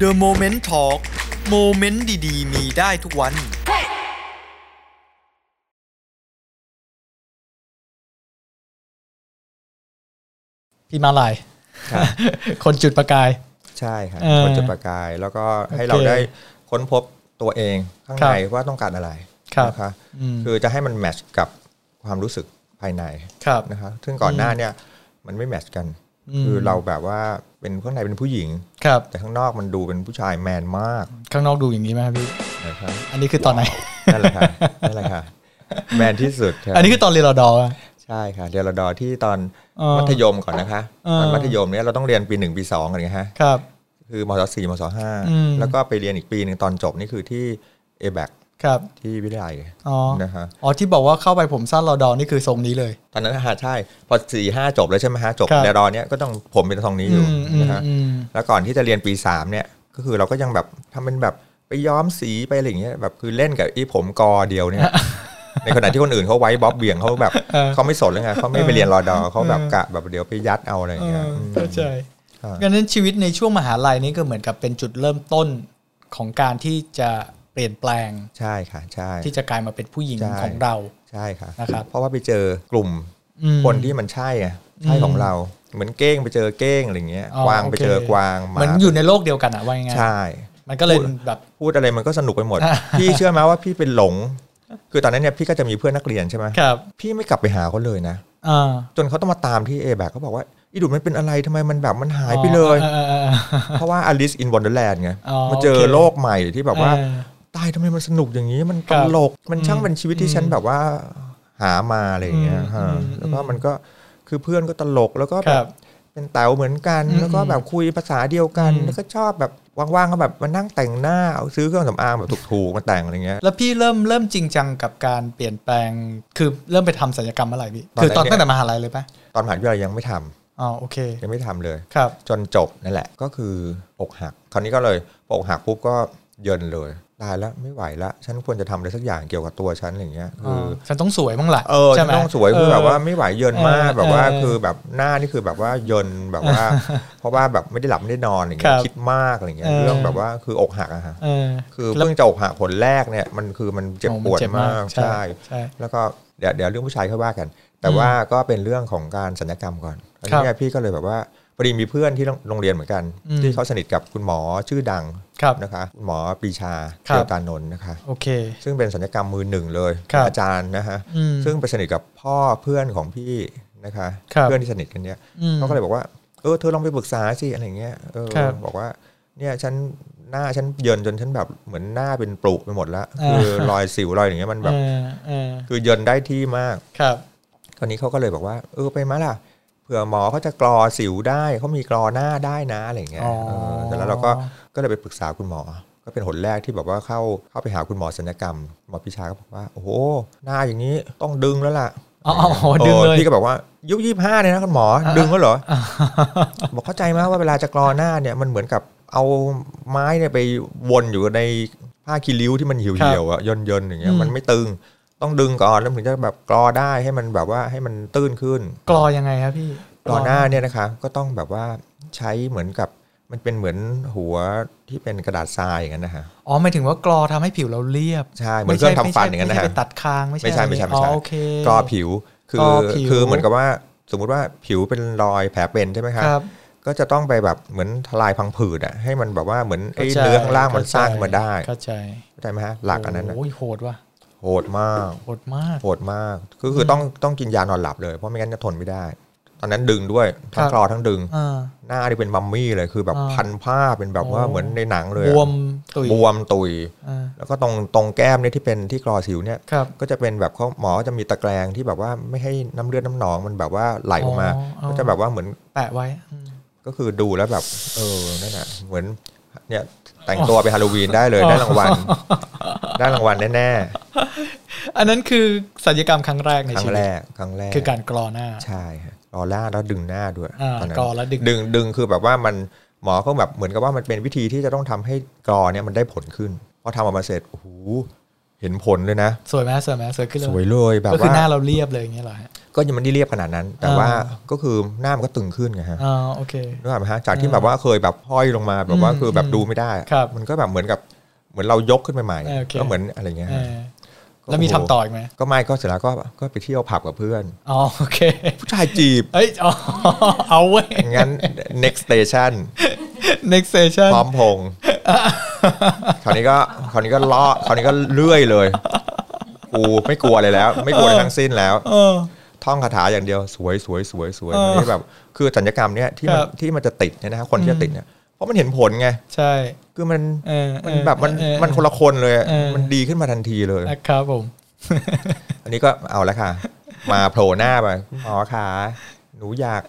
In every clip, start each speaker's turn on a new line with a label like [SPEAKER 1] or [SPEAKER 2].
[SPEAKER 1] The Moment Talk โมเมนต์ดีๆ มีได้ทุกวัน
[SPEAKER 2] พี่มาลาย
[SPEAKER 3] ครับ
[SPEAKER 2] คนจุดประกาย
[SPEAKER 3] ใช่ครับ
[SPEAKER 2] เออ
[SPEAKER 3] คนจุดประกาย แล้วก็ให้
[SPEAKER 2] โอเค
[SPEAKER 3] เราได้ค้นพบตัวเองข้าง
[SPEAKER 2] ครับ
[SPEAKER 3] ในว่าต้องการอะไร
[SPEAKER 2] ครับ
[SPEAKER 3] นะคะ
[SPEAKER 2] อืม
[SPEAKER 3] คือจะให้มันแมทช์กับความรู้สึกภายใน
[SPEAKER 2] ครับ
[SPEAKER 3] นะคะซึ่งก่อนหน้าเนี่ยมันไม่แมทช์กัน
[SPEAKER 2] อืม
[SPEAKER 3] คือเราแบบว่าเป็นข้างในเป็นผู้หญิง
[SPEAKER 2] ครับ
[SPEAKER 3] แต่ข้างนอกมันดูเป็นผู้ชายแมนมาก
[SPEAKER 2] ข้างนอกดูอย่างนี้ไหมครับพี่
[SPEAKER 3] นะครับ
[SPEAKER 2] อันนี้คือตอนไหน
[SPEAKER 3] นั่นแหละ ค่ะนั่นแหละค่ะแมนที่สุดค่ะ
[SPEAKER 2] อันนี้คือตอนเรียนรอดอร์ป่ะ
[SPEAKER 3] ใช่ค่ะเรียนรดอที่ตอน
[SPEAKER 2] เออ
[SPEAKER 3] มัธยมก่อนนะคะ
[SPEAKER 2] เออ
[SPEAKER 3] ตอนมัธยมเนี่ยเราต้องเรียนปีหนึ่งปีสองอะไรอย่างเงี้ยฮะ
[SPEAKER 2] ครับ
[SPEAKER 3] คือมศสี่มศห้า
[SPEAKER 2] อืม
[SPEAKER 3] แล้วก็ไปเรียนอีกปีหนึ่งตอนจบนี่คือที่เอแบก
[SPEAKER 2] ครับ
[SPEAKER 3] ที่วิทยาลัย
[SPEAKER 2] อ๋อ
[SPEAKER 3] นะฮะ
[SPEAKER 2] อ๋อที่บอกว่าเข้าไปผมสั้นรอดอร์นี่คือทรงนี้เลย
[SPEAKER 3] ตอนนั้นฮะใช่ พอสี่ห้าจบแล้วใช่ไหมฮะจบ
[SPEAKER 2] ครับ
[SPEAKER 3] เดรอเนี้ยก็ต้องผมเป็นทรงนี้อยู่
[SPEAKER 2] มอืม
[SPEAKER 3] นะฮะ
[SPEAKER 2] อืม
[SPEAKER 3] แล้วก่อนที่จะเรียนปีสามเนี่ยก็คือเราก็ยังแบบทำเป็นแบบไปย้อมสีไปอะไรอย่างเงี้ยแบบคือเล่นกับไอ้ผมกอเดียวเนี่ย ในขณะที่คนอื่นเขาไว้บ๊อบเบี่ยงเขาแบบ
[SPEAKER 2] เออ
[SPEAKER 3] เขาไม่สนแล้วไงเขาไม่ไปเรียนรอดอเขาแบบกะแบบเดี๋ยวไปยัดเอาอะไรอย่างเงี้ย
[SPEAKER 2] เออ
[SPEAKER 3] อืม
[SPEAKER 2] เข้าใจ
[SPEAKER 3] อ่า
[SPEAKER 2] ดังนั้นชีวิตในช่วงมหาลัยนี่ก็เหมือนกับเป็นจุดเริ่มต้นของการที่จะเปลี่ยนแปลง
[SPEAKER 3] ใช่ค่ะใช่
[SPEAKER 2] ที่จะกลายมาเป็นผู้หญิง
[SPEAKER 3] ใช่
[SPEAKER 2] ของเรา
[SPEAKER 3] ใช่ค่ะ
[SPEAKER 2] นะครับ
[SPEAKER 3] เพราะว่าไปเจอกลุ่ม
[SPEAKER 2] อืม
[SPEAKER 3] คนที่มันใช่ไงใช่ของเรา เหมือนเก้งไปเจอเก้งอะไรอย่างเงี้ย
[SPEAKER 2] อ๋อก
[SPEAKER 3] วางไปเจอ
[SPEAKER 2] โค
[SPEAKER 3] กวางห
[SPEAKER 2] เห
[SPEAKER 3] มา
[SPEAKER 2] มือนอยู่ในโลกเดียวกันอะว่ายังไงาย
[SPEAKER 3] ใช่
[SPEAKER 2] ๆมันก็เลย
[SPEAKER 3] พูด
[SPEAKER 2] แบบ
[SPEAKER 3] พูดอะไรมันก็สนุกไปหมด
[SPEAKER 2] อ่ะ
[SPEAKER 3] พี่เชื่อไหมว่าพี่เป็นหลง คือตอนนั้นเนี่ยพี่ก็จะมีเพื่อนนักเรียนใช่ไหม
[SPEAKER 2] ครับ
[SPEAKER 3] พี่ไม่กลับไปหาเขาเลยนะ
[SPEAKER 2] อ่า
[SPEAKER 3] จนเขาต้องมาตามที่เอแบกเขาบอกว่าอีดูดมันเป็นอะไรทำไมมันแบบมันหายไปเลย
[SPEAKER 2] อ๋ออ่าอ่าอ่า
[SPEAKER 3] เพราะว่า Alice in Wonderland ไง
[SPEAKER 2] อ๋อ
[SPEAKER 3] มาเจอ
[SPEAKER 2] โอเค
[SPEAKER 3] โลกใหม่ที่แบบว่า
[SPEAKER 2] เออ
[SPEAKER 3] ตายทำไมมันสนุกอย่างนี้มัน
[SPEAKER 2] ครั
[SPEAKER 3] ต
[SPEAKER 2] บ
[SPEAKER 3] ลกมันช่างเป็นชีวิตที่ฉันแบบว่าหามาอะไรอย่างเงี้ย
[SPEAKER 2] อืม
[SPEAKER 3] ฮะ
[SPEAKER 2] อืม
[SPEAKER 3] แล้วก็มันก็คือเพื่อนก็ตลกแล้วก็
[SPEAKER 2] ค
[SPEAKER 3] แบ
[SPEAKER 2] รั
[SPEAKER 3] บบ เป็นเต๋าเหมือนกัน
[SPEAKER 2] อืม
[SPEAKER 3] แล้วก็แบบคุยภาษาเดียวกัน
[SPEAKER 2] อืม
[SPEAKER 3] แล้วก็ชอบแบบว่างๆก็แบบมานั่งแต่งหน้าเอาซื้อเครื่องสำอางแบบถูกๆมาแต่งอะไรเงี้ย
[SPEAKER 2] แล้วพี่เริ่มเริ่มจริงจังกับการเปลี่ยนแปลง คือเริ่มไปทำศัลยกรรมเมื่อไหร่พี่
[SPEAKER 3] ตอน
[SPEAKER 2] คือตอน
[SPEAKER 3] แรกๆ
[SPEAKER 2] ตั้งแต่มหาลัยเลยปะ
[SPEAKER 3] ตอนมหาวิทยาลัยยังไม่ทำ
[SPEAKER 2] อ๋อโอเค
[SPEAKER 3] ยังไม่ทำเลย
[SPEAKER 2] ครับ
[SPEAKER 3] จนจบนั่นแหละก็คืออกหัก คราวนี้ก็เลยพออกหักปุ๊บก็เยินเลยตายแล้วไม่ไหวละฉันควรจะทำอะไรสักอย่างเกี่ยวกับตัวฉันอะไรเงี้ยคืออ
[SPEAKER 2] ฉันต้องสวยบ้างแหละ
[SPEAKER 3] เออ
[SPEAKER 2] ใช่
[SPEAKER 3] ฉัน
[SPEAKER 2] ไหม
[SPEAKER 3] ต้องสวยคือแบบว่าไม่ไหวเยินมาก
[SPEAKER 2] เออ
[SPEAKER 3] แบบว่า
[SPEAKER 2] เออ
[SPEAKER 3] คือแบบหน้านี่คือแบบว่าเยินแบบ ว่า เพราะว่าแบบไม่ได้หลับไม่ได้นอนอะไร
[SPEAKER 2] ค
[SPEAKER 3] เงี้
[SPEAKER 2] รั
[SPEAKER 3] ย
[SPEAKER 2] บ
[SPEAKER 3] คิดมากอะไรเงี้ย
[SPEAKER 2] เออ
[SPEAKER 3] เรื่องแบบว่าคืออกหักอะฮะ
[SPEAKER 2] เออ
[SPEAKER 3] คือเพิ่งจะอกหักผลแรกเนี่ยมันคือมันเจ็บ
[SPEAKER 2] โอ้มัน
[SPEAKER 3] ปวด
[SPEAKER 2] เจ็บ
[SPEAKER 3] มาก
[SPEAKER 2] ใช่
[SPEAKER 3] ใช่
[SPEAKER 2] ใช่
[SPEAKER 3] แล้วก็เดี๋ยวเดี๋ยวเรื่องผู้ชายค่อยว่ากัน แต่ว่าก็เป็นเรื่องของการสัญญกรรมก่อนอัน
[SPEAKER 2] ครั
[SPEAKER 3] นี้
[SPEAKER 2] บ
[SPEAKER 3] เนี่ยพี่ก็เลยแบบว่าพอดีมีเพื่อนที่โรงเรียนเหมือนกัน
[SPEAKER 2] อืม
[SPEAKER 3] ที่เขาสนิทกับคุณหมอชื่อดัง
[SPEAKER 2] ครับ
[SPEAKER 3] นะคะคุณหมอปรีชา
[SPEAKER 2] ครับ
[SPEAKER 3] เกียวตานนท์นะคะ
[SPEAKER 2] โอเค
[SPEAKER 3] ซึ่งเป็นสัญญกรรมมือหนึ่งเลย
[SPEAKER 2] ครับ
[SPEAKER 3] อาจารย์นะฮะ
[SPEAKER 2] อืม
[SPEAKER 3] ซึ่งไปสนิทกับพ่อเพื่อนของพี่นะคะ
[SPEAKER 2] ครับ
[SPEAKER 3] เพื่อนที่สนิทกันเนี่ย
[SPEAKER 2] อืม
[SPEAKER 3] เขาก็เลยบอกว่าเออเธอลองไปปรึกษาสิอะไรอย่างเงี้ยเออ
[SPEAKER 2] ครับ
[SPEAKER 3] บอกว่าเนี่ยฉันหน้าฉันเยินจนฉันแบบเหมือนหน้าเป็นปลุไปหมดละ
[SPEAKER 2] อ่า
[SPEAKER 3] คือรอยสิวรอยอย่างเงี้ยมันแบบ
[SPEAKER 2] เออเออ
[SPEAKER 3] คือเยินได้ที่มาก
[SPEAKER 2] ครับ
[SPEAKER 3] คราวนี้เขาก็เลยบอกว่า เออไปมาล่ะเผื่อหมอเขาจะกรอสิวได้เขามีกรอหน้าได้นะอะไรอย่างเงี้ย
[SPEAKER 2] อ๋อ
[SPEAKER 3] เออแต่แล้วเราก็ก็เลยไปปรึกษาคุณหมอ ก็เป็นหนแรกที่แบบว่าเข้าเข้าไปหาคุณหมอศัลยกรรมหมอพิชาก็บอกว่าโอ้โหหน้าอย่างนี้ต้องดึงแล้วล่ะ
[SPEAKER 2] อ๋ออ๋ออ๋อดึงเล
[SPEAKER 3] อย อพี่ก็บอกว่ายุคยี่ห้าเนี่ยนะคุณหมอ ดึงก็เหรอ บอกเข้าใจไหมว่าเวลาจะกรอหน้าเนี่ยมันเหมือนกับเอาไม้เนี่ยไปวนอยู่ในผ้าคีริ้วที่มันเหี่ยวๆอะย่นๆอย่างเงี้
[SPEAKER 2] อื
[SPEAKER 3] ย
[SPEAKER 2] ม
[SPEAKER 3] มันไม่ตึง ต้องดึงก่อนแล้วถึงจะแบบกรอได้ให้มันแบบว่าให้มันตื้นขึ้น
[SPEAKER 2] กรอยังไงครับพี่
[SPEAKER 3] กรอหน้าเนี่ยนะคะก็ต้องแบบว่าใช้เหมือนกับมันเป็นเหมือนหัวที่เป็นกระดาษทรายอย่างนั้นนะฮะ
[SPEAKER 2] อ๋อหมายถึงว่ากรอทำให้ผิวเราเรียบ
[SPEAKER 3] ใช่เหมือนเครื่องทำฟันอย่างนั้น
[SPEAKER 2] ไม่
[SPEAKER 3] นะ
[SPEAKER 2] ใช่
[SPEAKER 3] ฮะ
[SPEAKER 2] ไปตัดคางไม่ใช่
[SPEAKER 3] ไม่ใช่ไม่ใช่ไม่ใช่
[SPEAKER 2] อ๋อโอเค
[SPEAKER 3] กรอผิวคื
[SPEAKER 2] กร
[SPEAKER 3] อ
[SPEAKER 2] อผิว
[SPEAKER 3] คือเหมือนกับว่าสมมุติว่าผิวเป็นรอยแผลเป็นใช่ไหมคะ
[SPEAKER 2] ครับ
[SPEAKER 3] ก็จะต้องไปแบบเหมือนทลายพังผืดอะให้มันแบบว่าเหมือนไอ้
[SPEAKER 2] เข้าใจ
[SPEAKER 3] เนื้อข้างล่างมัน
[SPEAKER 2] เข้าใจ
[SPEAKER 3] สร้างขึ้นมาได้
[SPEAKER 2] เข้าใจ
[SPEAKER 3] เข้าใจไหมฮะหลักอันนั้นน่ะ
[SPEAKER 2] โอ้ยโหดว่ะ
[SPEAKER 3] โหดมาก
[SPEAKER 2] โหดมาก
[SPEAKER 3] โหดมากก็คือต้องต้องกินยานอนหลับเลยเพราะไม่งั้นจะทนไม่ได้ ตอนนั้นดึงด้วยทั้
[SPEAKER 2] ค
[SPEAKER 3] ง
[SPEAKER 2] รับ
[SPEAKER 3] กรอทั้งดึง
[SPEAKER 2] อ่า
[SPEAKER 3] หน้าที่เป็นมัมมี่เลยคือแบบ
[SPEAKER 2] อ่า
[SPEAKER 3] พันผ้าเป็นแบบว่า
[SPEAKER 2] โอ้
[SPEAKER 3] เหมือนในหนังเลย
[SPEAKER 2] บ
[SPEAKER 3] อะ
[SPEAKER 2] วมตุย
[SPEAKER 3] บวมตุย
[SPEAKER 2] อ่า
[SPEAKER 3] แล้วก็ตรงตรงแก้มเนี่ยที่เป็นที่กรอสิวเนี่ย
[SPEAKER 2] ครับ
[SPEAKER 3] ก็จะเป็นแบบเขาหมอก็จะมีตะแกรงที่แบบว่าไม่ให้น้ำเลือดน้ำหนองมันแบบว่าไหลออกมา
[SPEAKER 2] อ๋ออ๋อ
[SPEAKER 3] ก็จะแบบว่าเหมือน
[SPEAKER 2] แปะไว้อืม
[SPEAKER 3] ก็คือดูแล้วแบบ เออนั่นน่ะเหมือนเนี่ยแต่งตัวไปฮาโลวีนได้ เลยได้รางวัลได้รางวัลแน่
[SPEAKER 2] อันนั้นคือศัลยกรรมครั้งแรกใน
[SPEAKER 3] ๆครั้
[SPEAKER 2] ชี
[SPEAKER 3] ง
[SPEAKER 2] วิต
[SPEAKER 3] แรกครั้งแรก
[SPEAKER 2] คือการกรอหน้า
[SPEAKER 3] ใช่ฮะรอล่าแล้วดึงหน้าด้วย
[SPEAKER 2] อ่า
[SPEAKER 3] ตอนนั้น
[SPEAKER 2] กรอแล้วดึง
[SPEAKER 3] ดึงดึงคือแบบว่ามันหมอเขาแบบเหมือนกับว่ามันเป็นวิธีที่จะต้องทำให้กรอเนี่ยมันได้ผลขึ้นพอทำออกมาเสร็จโอ้โหเห็นผลเลยนะ
[SPEAKER 2] สวยไหมสวยไหมสวยขึ้นเล
[SPEAKER 3] สวย
[SPEAKER 2] ย
[SPEAKER 3] เลยแบบ
[SPEAKER 2] ก็คือ
[SPEAKER 3] ว่า
[SPEAKER 2] หน้าเราเรียบเลยอย่างเงี้ยเหรอฮะ
[SPEAKER 3] ก็ ก็ยังไม่ได้เรียบขนาดนั้น แต่ว่า
[SPEAKER 2] อ่า
[SPEAKER 3] ก็คือหน้ามันก็ตึงขึ้นไงฮะ
[SPEAKER 2] อ่าโอเค
[SPEAKER 3] นึกออกไหมฮะจากที่แบบว่าเคยแบบห้อยลงมาแบบว่า
[SPEAKER 2] อืม
[SPEAKER 3] คือแบบ
[SPEAKER 2] อืม
[SPEAKER 3] ดูไม่ได้
[SPEAKER 2] ครับ
[SPEAKER 3] มันก็แบบเหมือนกับเหมือนเรายกขึ้นมาใหม่
[SPEAKER 2] เออโอเค
[SPEAKER 3] ก็เหมือนอะไรเงี้ย
[SPEAKER 2] เอ
[SPEAKER 3] ฮะ
[SPEAKER 2] อแล้วมีทำต่ออีกไหม
[SPEAKER 3] ก็ไม่ก็เสร็จแล้วก็ก็ไปเที่ยวผับกับเพื่อน
[SPEAKER 2] อ๋อโอเค
[SPEAKER 3] ผู้ชายจีบ
[SPEAKER 2] เอ้ยอ๋อเอาเว้ย
[SPEAKER 3] งั้น next station
[SPEAKER 2] next station
[SPEAKER 3] พร้อมพงษ์คราวนี้ก็คราวนี้ก็ล่อคราวนี้ก็เลื่อยเลย กูไม่กลัวเลยแล้ว ไม่กลัวอะไรทั้งสิ้นแล้ว
[SPEAKER 2] เออ
[SPEAKER 3] ท่องคาถาอย่างเดียวสวยสวยสวยสวย
[SPEAKER 2] เออ
[SPEAKER 3] มันนี่แบบคือสัญญกรรมเนี่ยที่มัน
[SPEAKER 2] ครับ
[SPEAKER 3] ที่มันจะติดเนี่ยนะฮะคนที่
[SPEAKER 2] อื
[SPEAKER 3] จะ
[SPEAKER 2] ม
[SPEAKER 3] ติดเนี่ยเพราะมันเห็นผลไง
[SPEAKER 2] ใช่
[SPEAKER 3] คือมัน
[SPEAKER 2] เออ
[SPEAKER 3] มัน
[SPEAKER 2] เออ
[SPEAKER 3] แบบมัน
[SPEAKER 2] เออ
[SPEAKER 3] มันคนละคนเลยอะ
[SPEAKER 2] เออ
[SPEAKER 3] มันดีขึ้นมาทันทีเลย
[SPEAKER 2] นะครับผม
[SPEAKER 3] อันนี้ก็เอาละค่ะ มาโผล่หน้าไปคุณหมอขาหนูอยาก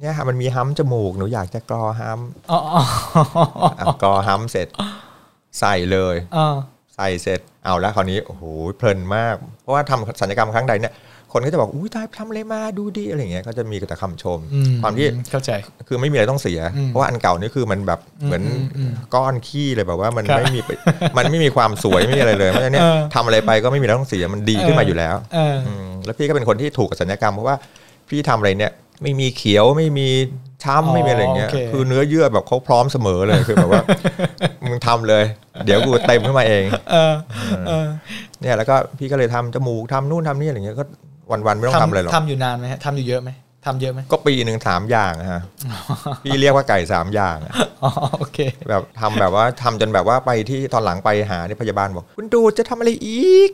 [SPEAKER 3] เนี่ยค่ะมันมีห้ำจมูกหนูอยากจะกรอห้
[SPEAKER 2] อ๋ออ๋อ
[SPEAKER 3] ำอ่ะกรอห้ำเสร็จ ใส่เลย
[SPEAKER 2] อ๋อ
[SPEAKER 3] ใส่เสร็จเอาละคราวนี้โอ้โหเพลินมาก เพราะว่าทำสัญญกรรมครั้งใดเนี่ยคนก็จะบอกอุ้ยตายทำอะไรมาดูดีอะไรอย่างเงี้ยก็จะมีแต่คำชม
[SPEAKER 2] อื
[SPEAKER 3] ความที่
[SPEAKER 2] เข้าใจ
[SPEAKER 3] คือไม่มีอะไรต้องเสีย
[SPEAKER 2] อืม
[SPEAKER 3] เพราะว่าอันเก่านี่คือมันแบบ
[SPEAKER 2] อืม
[SPEAKER 3] เหมือน
[SPEAKER 2] อืม
[SPEAKER 3] ก้อนขี้เลยแบบว่ามัน
[SPEAKER 2] ครับ
[SPEAKER 3] ไม่มีไปมันไม่มีความสวยไม่มีอะไรเลยเพราะฉะนั้นเนี่ย
[SPEAKER 2] เออ
[SPEAKER 3] ทำอะไรไปก็ไม่มีอะไรต้องเสียมันดีขึ้น
[SPEAKER 2] เออ
[SPEAKER 3] มาอ
[SPEAKER 2] อ
[SPEAKER 3] ยู่แล้ว
[SPEAKER 2] เอออ
[SPEAKER 3] มแล้วพี่ก็เป็นคนที่ถูกกับสัญญกรรมเพราะว่าพี่ทำอะไรเนี่ยไม่มีเขียวไม่มี
[SPEAKER 2] อ๋อ
[SPEAKER 3] ช้ำไม่มีอะไรอย่างเงี้ย
[SPEAKER 2] โอเค
[SPEAKER 3] คือเนื้อเยื่อแบบเขาพร้อมเสมอเลยคือแบบว่า มึงทำเลย เดี๋ยวกูเต็มขึ้นมาเอง
[SPEAKER 2] เออเออ
[SPEAKER 3] เนี่ยแล้วก็พี่ก็เลยทำจมูกทำนู่นทำนี่อะไรเงี้ยก็วันๆไม่ต้องทำอะไรหรอก
[SPEAKER 2] ทำอยู่นานไหมฮะทำอยู่เยอะไหมทำเยอะไหม
[SPEAKER 3] ก็ปีหนึ่งสามอย่างอะฮะ พี่เรียกว่าไก่สามอย่างอะ
[SPEAKER 2] อ๋อโอเค
[SPEAKER 3] แบบทำแบบว่าทำจนแบบว่าไปที่ตอนหลังไปหาเนี่ยพยาบาลบอก คุณดูจะทำอะไรอี ก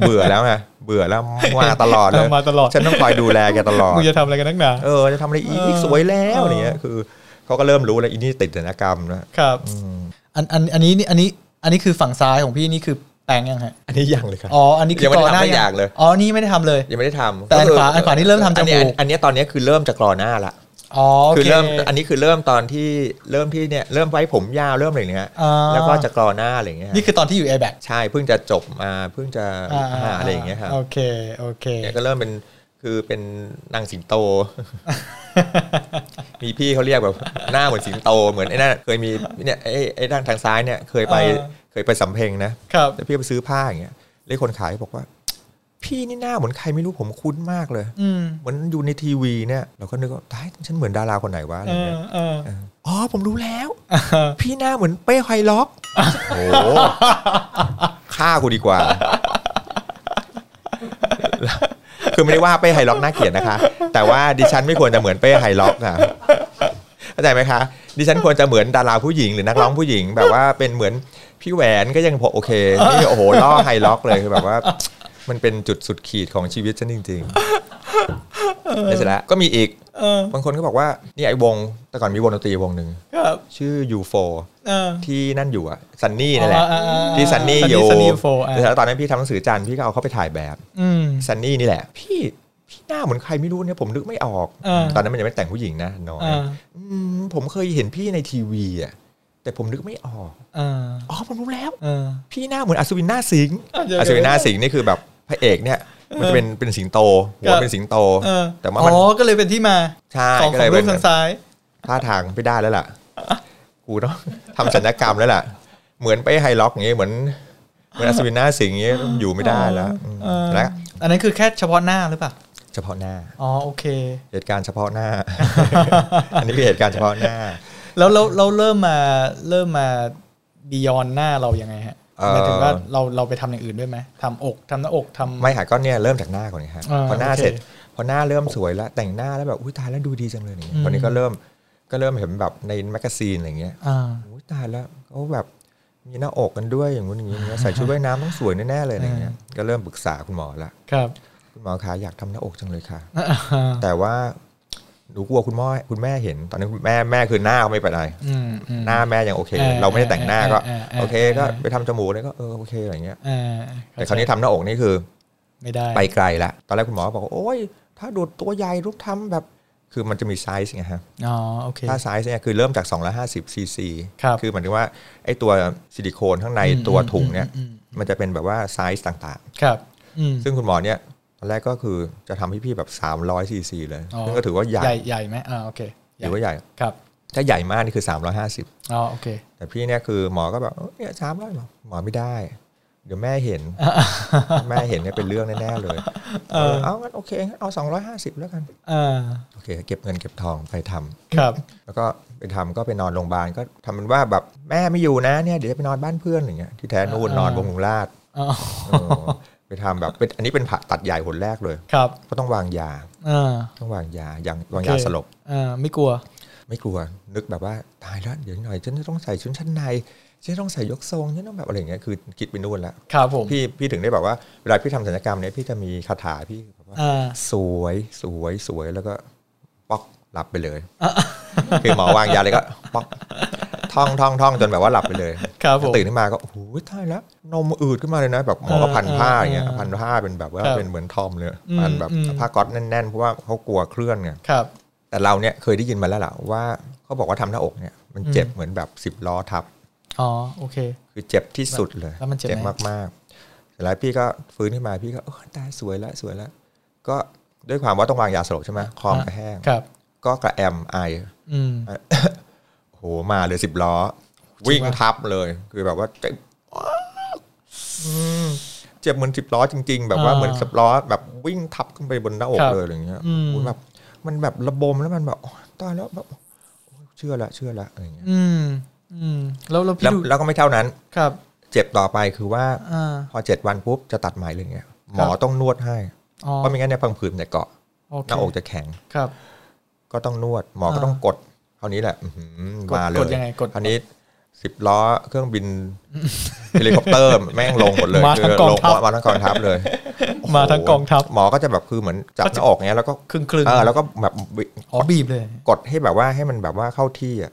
[SPEAKER 3] เบื่อแล้วไงเบื่อแล้วมาตลอดเลย
[SPEAKER 2] มาตลอด
[SPEAKER 3] ฉันต้องคอยดูแลแกตลอด
[SPEAKER 2] มึงจะทำอะไรกันนักหนา
[SPEAKER 3] เออจะทำอะไรอี
[SPEAKER 2] เออก
[SPEAKER 3] สวยแล้
[SPEAKER 2] เออ
[SPEAKER 3] ว
[SPEAKER 2] อ
[SPEAKER 3] อะไรเงี้ยคือเขาก็เริ่มรู้แล้วอีนี่ติดศัลยกรรมนะครับ อืม
[SPEAKER 2] อันอันอันนี้นี่อันนี้อันนี้คือฝั่งซ้ายของพี่นี่คือแปลงยังฮะ
[SPEAKER 3] อันนี้ยังเลยครับ
[SPEAKER 2] อ๋ออันนี้คื
[SPEAKER 3] ยั
[SPEAKER 2] อง
[SPEAKER 3] ไม่
[SPEAKER 2] กรอห
[SPEAKER 3] ได้ทำ
[SPEAKER 2] น้า
[SPEAKER 3] สักอย่างเลย
[SPEAKER 2] อ๋อนี่ไม่ได้ทำเลย
[SPEAKER 3] ยังไม่ได้ทำ
[SPEAKER 2] แต่อัน
[SPEAKER 3] ก็คื
[SPEAKER 2] ขวาอันขวานี่เริ่มทำจมูก
[SPEAKER 3] อันี้อันนี้ตอนนี้คือเริ่มจะกรอหน้าละ
[SPEAKER 2] อ๋อโอ
[SPEAKER 3] คือ
[SPEAKER 2] เค
[SPEAKER 3] เริ่มอันนี้คือเริ่มตอนที่เริ่มที่เนี่ยเริ่มไว้ผมยาวเริ่มอะไรเงี้ย
[SPEAKER 2] อ่า
[SPEAKER 3] แล้วก็จะกรอหน้าอะไรเงี้ย
[SPEAKER 2] นี่คือตอนที่อยู่ a อแบ็ก
[SPEAKER 3] ใช่เพิ่งจะจบมาเพิ่งจะอ่าอะไรอย่างเงี้ยครับ
[SPEAKER 2] โอเคโอเค
[SPEAKER 3] เนี่ยก็เริ่มเป็นคือเป็นนางสิงโต มีพี่เขาเรียกแบบหน้าเหมือนสิงโต เหมือนไอ้นั่นเคยมีเนี่ยไอ้ไอ้ด้านทางซ้ายเนี่ยเคยไป
[SPEAKER 2] เออ
[SPEAKER 3] เคยไปสำเพ็งนะครับ แล้วพี่ไปซื้อผ้าอย่างเงี้ยเลยคนขายบอกว่า พี่นี่หน้าเหมือนใครไม่รู้ผมคุ้นมากเลย
[SPEAKER 2] อืม
[SPEAKER 3] เหมือนอยู่ในทีวีเนี่ยเราก็นึกว่าตายฉันเหมือนดาราคนไหนวะอะไร
[SPEAKER 2] เออ
[SPEAKER 3] เงี้ย
[SPEAKER 2] เออ
[SPEAKER 3] เอออ๋อผมรู้แล้ว พี่หน้าเหมือนเป้ไฮล็อกโอ้ฆ่ากูดีกว่า คือไม่ได้ว่าเป้ไฮล็อกน่าเกลียดนะคะ แต่ว่าดิฉันไม่ควรจะเหมือนเป้ไฮล็อกค่ะเข้าใจไหมคะ ดิฉันควรจะเหมือนดาราผู้หญิงหรือนักร้องผู้หญิง แบบว่าเป็นเหมือนพี่แหวนก็ยังพอโอเคนี่โอ้โหล่อไฮล็อกเลยคือแบบว่า มันเป็นจุดสุดขีดของชีวิตฉันจริงๆแล้วเสร็จแล้วก็มีอีก
[SPEAKER 2] เออบ
[SPEAKER 3] างคนก็บอกว่านี่ไอ้วงแต่ก่อนมีวงดนตรีวงหนึ่ง
[SPEAKER 2] ครับ
[SPEAKER 3] ชื่อ U4
[SPEAKER 2] เออ
[SPEAKER 3] ที่นั่นอยู่อะซันนี่นั่นแหละ
[SPEAKER 2] อ่าอ่าอ่า
[SPEAKER 3] ที่ซันนี่อยู่
[SPEAKER 2] ซันนี่โฟร์อ่ะ
[SPEAKER 3] แล้วตอนนั้นพี่ทำหนังสือจันทร์พี่ก็เอาเขาไปถ่ายแบบ
[SPEAKER 2] อืม
[SPEAKER 3] ซันนี่นี่แหละ พี่พี่หน้าเหมือนใครไม่รู้เนี่ยผมนึกไม่ออก
[SPEAKER 2] เออ
[SPEAKER 3] ตอนนั้นมันยังไม่แต่งผู้หญิงนะน้อย
[SPEAKER 2] อ่า
[SPEAKER 3] อืมผมเคยเห็นพี่ในทีวีอะแต่ผมนึกไม่ออก
[SPEAKER 2] อ่า
[SPEAKER 3] อ๋อผมรู้แล้ว
[SPEAKER 2] เออ
[SPEAKER 3] พี่หน้าเหมือนอัศวินหน้าสิงห์
[SPEAKER 2] อ่ะเดี๋ยว
[SPEAKER 3] อัศวินหน้าสิงห์นี่คือแบบพระเอกเนี่ย มันจะเป็นเป็นสิงโตหั
[SPEAKER 2] คว รับ
[SPEAKER 3] เป็นสิงโต
[SPEAKER 2] เออ
[SPEAKER 3] แต่ว่า
[SPEAKER 2] อ๋
[SPEAKER 3] มัน
[SPEAKER 2] อก็เลยเป็นที่มา
[SPEAKER 3] ใช่
[SPEAKER 2] ของ
[SPEAKER 3] ก็
[SPEAKER 2] ข
[SPEAKER 3] เล
[SPEAKER 2] อยงรู
[SPEAKER 3] เป็
[SPEAKER 2] ป
[SPEAKER 3] น
[SPEAKER 2] ทางซ้าย
[SPEAKER 3] ท่าทางไม่ได้แล้วล่ะกูต้อง ทำสัญญกรรมแล้วล่ะ เหมือนไปไฮล็อกอย่างเงี้ยเหมือนเหมือนอัศวินหน้าสิงห์อย่างเงี้ยอยู่ไม่ได้แล้วอืม
[SPEAKER 2] เออ
[SPEAKER 3] แล้ว
[SPEAKER 2] อันนั้นคือแค่เฉพาะหน้าหรือเปล่า
[SPEAKER 3] เฉพาะหน้า
[SPEAKER 2] อ๋อโอเค
[SPEAKER 3] เหตุการณ์เฉพาะห น้า อันนี้คือเหตุการณ์เฉพาะหน้า
[SPEAKER 2] แล้วเราเราเริ่มมาเริ่มมาบียอนหน้าเรายังไงฮะ
[SPEAKER 3] เอ่อ
[SPEAKER 2] หมายถึงว่าเราเราไปทำอย่างอื่นด้วยไหมทำอกทำหน้าอกทำ
[SPEAKER 3] ไม่ค่ะก็เนี่ยเริ่มจากหน้าก่อนไงฮะ
[SPEAKER 2] อ่า
[SPEAKER 3] พอหน้า
[SPEAKER 2] โอเค
[SPEAKER 3] เสร็จพอหน้าเริ่มสวยแล้วแต่งหน้าแล้วแบบอุ้ยตายแล้วดูดีจังเลยอย่างเงี้
[SPEAKER 2] อื
[SPEAKER 3] ย
[SPEAKER 2] ม
[SPEAKER 3] ตอนนี้ก็เริ่มก็เริ่มเห็นแบบในแมกกาซีนอะไรอย่างเงี้ย
[SPEAKER 2] อ่า
[SPEAKER 3] โอ้ยตายแล้วเขาแบบมีหน้าอกกันด้วยอย่างนู้นอย่างนี้อย่างเงี้ยใส่ชุดว่ายน้ำต้องสวยแน่ๆเลยอะไรเงี้ยก็เริ่มปรึกษาคุณหมอละ
[SPEAKER 2] ครับ
[SPEAKER 3] คุณหมอคะอยากทำหน้าอกจังเลยค่ะ แต่ว่าหนูกลัวคุณพ่อคุณแม่เห็น ตอนนั้นคุณแม่แม่คือหน้าเขาไม่เป็นไร
[SPEAKER 2] อืมอืม
[SPEAKER 3] หน้าแม่ยังโอเค
[SPEAKER 2] เออ
[SPEAKER 3] เราไม่ได้แต่งหน้าก็
[SPEAKER 2] เออเออเออ
[SPEAKER 3] โอเคก็ไปทำจมูกเลยก็เออโอเคอะไรเงี้ย
[SPEAKER 2] อ่า
[SPEAKER 3] แต่คราวนี้ทำหน้าอกนี่คือ
[SPEAKER 2] ไม่ได้
[SPEAKER 3] ไปไกลละตอนแรกคุณหมอบอกว่าโอ้ยถ้าดูดตัวใหญ่รูปทำแบบ คือมันจะมีไซส์ไงฮะ
[SPEAKER 2] อ๋อโอเค
[SPEAKER 3] ถ้าไซส์เนี่ยคือเริ่มจาก 250ซีซี
[SPEAKER 2] ครับ
[SPEAKER 3] คือหมายถึงว่าไอ้ตัวซิลิโคนข้างใน
[SPEAKER 2] อืม
[SPEAKER 3] ตัวถุงเนี่ย
[SPEAKER 2] อืมอืม
[SPEAKER 3] มันจะเป็นแบบว่าไซส์ต่าง
[SPEAKER 2] ครับ อืม
[SPEAKER 3] ๆ ซึ่งคุณหมอเนี่ยตอนแรกก็คือจะทำให้พี่แบบ 300ซีซีเลย
[SPEAKER 2] อ๋อ
[SPEAKER 3] ซึ่งก็ถือว่าใหญ่
[SPEAKER 2] ใหญ่ใหญ่ไหมอ่าโอเค
[SPEAKER 3] ถือว่าใหญ่
[SPEAKER 2] ครับ
[SPEAKER 3] ถ้าใหญ่มากนี่คือ
[SPEAKER 2] อ๋อโอเค
[SPEAKER 3] 350 แต่พี่เนี่ยคือหมอก็แบบเออเนี่ยสามร้อยหมอไม่ได้ เดี๋ยวแม่เห็น แม่เห็นเนี่ยเป็นเรื่องแน่ๆเลย
[SPEAKER 2] เออ
[SPEAKER 3] เอางั้นโอเคงั้นเอา 250 แล้วกัน
[SPEAKER 2] เออ
[SPEAKER 3] โอเค เก็บเงินเก็บทองไปทำ
[SPEAKER 2] ครับ
[SPEAKER 3] แล้วก็ไปทำก็ไปนอนโรงพยาบาลก็ทำเป็นว่าแบบแม่ไม่อยู่นะเนี่ยเดี๋ยวจะไปนอนบ้านเพื่อนอะไรเงี้ยที่แท้นู่นนอนบงหลงลาด
[SPEAKER 2] อ๋อ
[SPEAKER 3] เออไปทำแบบเป็นอันนี้เป็นผ่าตัดใหญ่หนแรกเลย
[SPEAKER 2] ครับ
[SPEAKER 3] ก็ต้องวางยา
[SPEAKER 2] เออ
[SPEAKER 3] ต้องวางยายางวางยาสลบ
[SPEAKER 2] เออไม่กลัว
[SPEAKER 3] ไม่กลัวนึกแบบว่าตายแล้วเดี๋ยวหน่อยฉันจะต้องใส่ชุดชั้นในฉันจะต้องใส่ยกทรงฉันต้องแบบอะไรอย่างเงี้ยคือคิดไปนู่นแล้ว
[SPEAKER 2] ครับผม
[SPEAKER 3] พี่พี่ถึงได้แบบว่าเวลาพี่ทำศัลยกรรมเนี่ยพี่จะมีคาถาพี่แบบว่า
[SPEAKER 2] อ่า
[SPEAKER 3] สวยสวยสวยแล้วก็ป๊อกหลับไปเลยคือหมอวางยาเลยก็ป๊อกท่องท่องท่องจนแบบว่าหลับไปเลย
[SPEAKER 2] ครับผม
[SPEAKER 3] ตื่นขึ้นมาก็โอ้โหตายแล้วนมอืดขึ้นมาเลยนะแบบหมอก็พันผ้าอย่างเงี้ย
[SPEAKER 2] เออเออ
[SPEAKER 3] พันผ้าเป็นแบบว่า
[SPEAKER 2] ครับ
[SPEAKER 3] เป็นเหมือนทอมเลย
[SPEAKER 2] อืม
[SPEAKER 3] พันแบบ
[SPEAKER 2] อืม
[SPEAKER 3] ผ้าก๊อตแน่นๆเพราะว่าเขากลัวเคลื่อนไง
[SPEAKER 2] ครับ
[SPEAKER 3] แต่เราเนี่ยเคยได้ยินมาแล้วล่ะว่าเขาบอกว่าทำหน้าอกเนี่ยมันเจ็บเหมือนแบบสิบ10ล้อทับ
[SPEAKER 2] อ๋อโอเค
[SPEAKER 3] คือเจ็บที่สุดเลย
[SPEAKER 2] แล้วมันเจ็บไหม
[SPEAKER 3] มากมากๆเสร็จแล้วพี่ก็ฟื้นขึ้นมาพี่ก็เออตายสวยแล้วสวยแล้วก็ด้วยความว่าต้องวางยาสลบใช่ไหมคลอมกระแห้ง
[SPEAKER 2] ครับ
[SPEAKER 3] ก็กระแอมไอ
[SPEAKER 2] อืม
[SPEAKER 3] โหมาเลยสิบล้อ วิ่ง
[SPEAKER 2] จริงปะ
[SPEAKER 3] ทับเลย คือแบบว่าเจ็บอืมเจ็บเหมือนสิบล้อจริง ๆ แบบว่าเหมือนสิบล้อแบบวิ่งทับขึ้นไปบนหน้าอก
[SPEAKER 2] ครับ
[SPEAKER 3] เลยอย่างเงี้ย
[SPEAKER 2] อืม
[SPEAKER 3] โหแบบมันแบบระบมแล้วมันแบบโอ๊ยตายแล้วแบบโอ๊ยเชื่อละเชื่อละอะไรอย่างเงี้ย
[SPEAKER 2] อืมอืมแล้วแล้วพี่
[SPEAKER 3] แล้ว
[SPEAKER 2] ดู
[SPEAKER 3] แล้วก็ไม่เท่านั้น
[SPEAKER 2] ครับ
[SPEAKER 3] เจ็บต่อไปคือว่า
[SPEAKER 2] อ่า
[SPEAKER 3] พอเจ็ดวันปุ๊บจะตัดไหมเลยเงี้ยหมอ
[SPEAKER 2] ครับ
[SPEAKER 3] ต้องนวดให้
[SPEAKER 2] อ๋อ
[SPEAKER 3] เพราะไม่งั้นเนี่ยพังผืดจะเกาะ
[SPEAKER 2] โอเค
[SPEAKER 3] หน้าอกจะแข็ง
[SPEAKER 2] ครับ
[SPEAKER 3] ก็ต้องนวด หมอก็
[SPEAKER 2] อ่า
[SPEAKER 3] ต้องกดคราวนี้แหละอื้อหือก
[SPEAKER 2] ด
[SPEAKER 3] มาเลย
[SPEAKER 2] กดยังไงกด
[SPEAKER 3] คราวนี้สิบล้อเครื่องบินเฮลิคอปเตอร์แม่งลงหมดเลย
[SPEAKER 2] มาทั้งกองทัพ
[SPEAKER 3] ลมาทั้งกองทัพเลย
[SPEAKER 2] มาทั้งกองทัพ
[SPEAKER 3] หมอก็จะแบบคือเหมือนจับหน้าอกเงี้ยแล้วก็
[SPEAKER 2] ครึ่งครึ่ง
[SPEAKER 3] เออแล้วก็แบบ
[SPEAKER 2] อ๋อบีบเลย
[SPEAKER 3] กดให้แบบว่าให้มันแบบว่าเข้าที่อ่ะ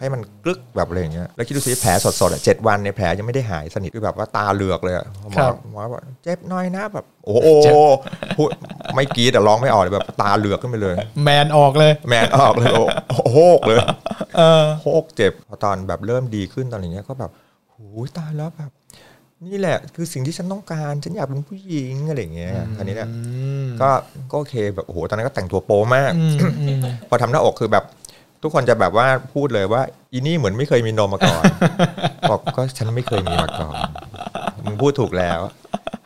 [SPEAKER 3] ให้มันกลึกแบบอะไรอย่างเงี้ยแล้วคิดดูสิแผลสดๆอ่ะเจ็ดวันในยแผลยังไม่ได้หายสนิทคือแบบว่าตาเหลือกเลยอะหมอหมอบอกเจ็บหน้อยนะแบบ โอ้โหพูดไม่กรีดแต่ร้องไม่ออกเลยแบบตาเหลือกขึ้นไปเลย
[SPEAKER 2] แมนออกเลย
[SPEAKER 3] แมนออกเลยโอ้โหกเลย
[SPEAKER 2] เออ
[SPEAKER 3] โคกเจ็บพอตอนแบบเริ่มดีขึ้นตอนอะไรเงี้ยก็แบบหูยตายแล้วแบบ นี่แหละคือสิ่งที่ฉันต้องการ ฉันอยากเป็นผู้หญิงอะไรอย่างเงี้ยอันนี้แหละก็ก็โอเคแบบโอ้โหตอนนั้นก็แต่งตัวโป๊มาก
[SPEAKER 2] อืมอืม
[SPEAKER 3] พอทำหน้าอกคือแบบ ทุกคนจะแบบว่าพูดเลยว่า อีนี่เหมือนไม่เคยมีนมมาก่อน บอกก็ฉันไม่เคยมีมาก่อนมึงพูดถูกแล้ว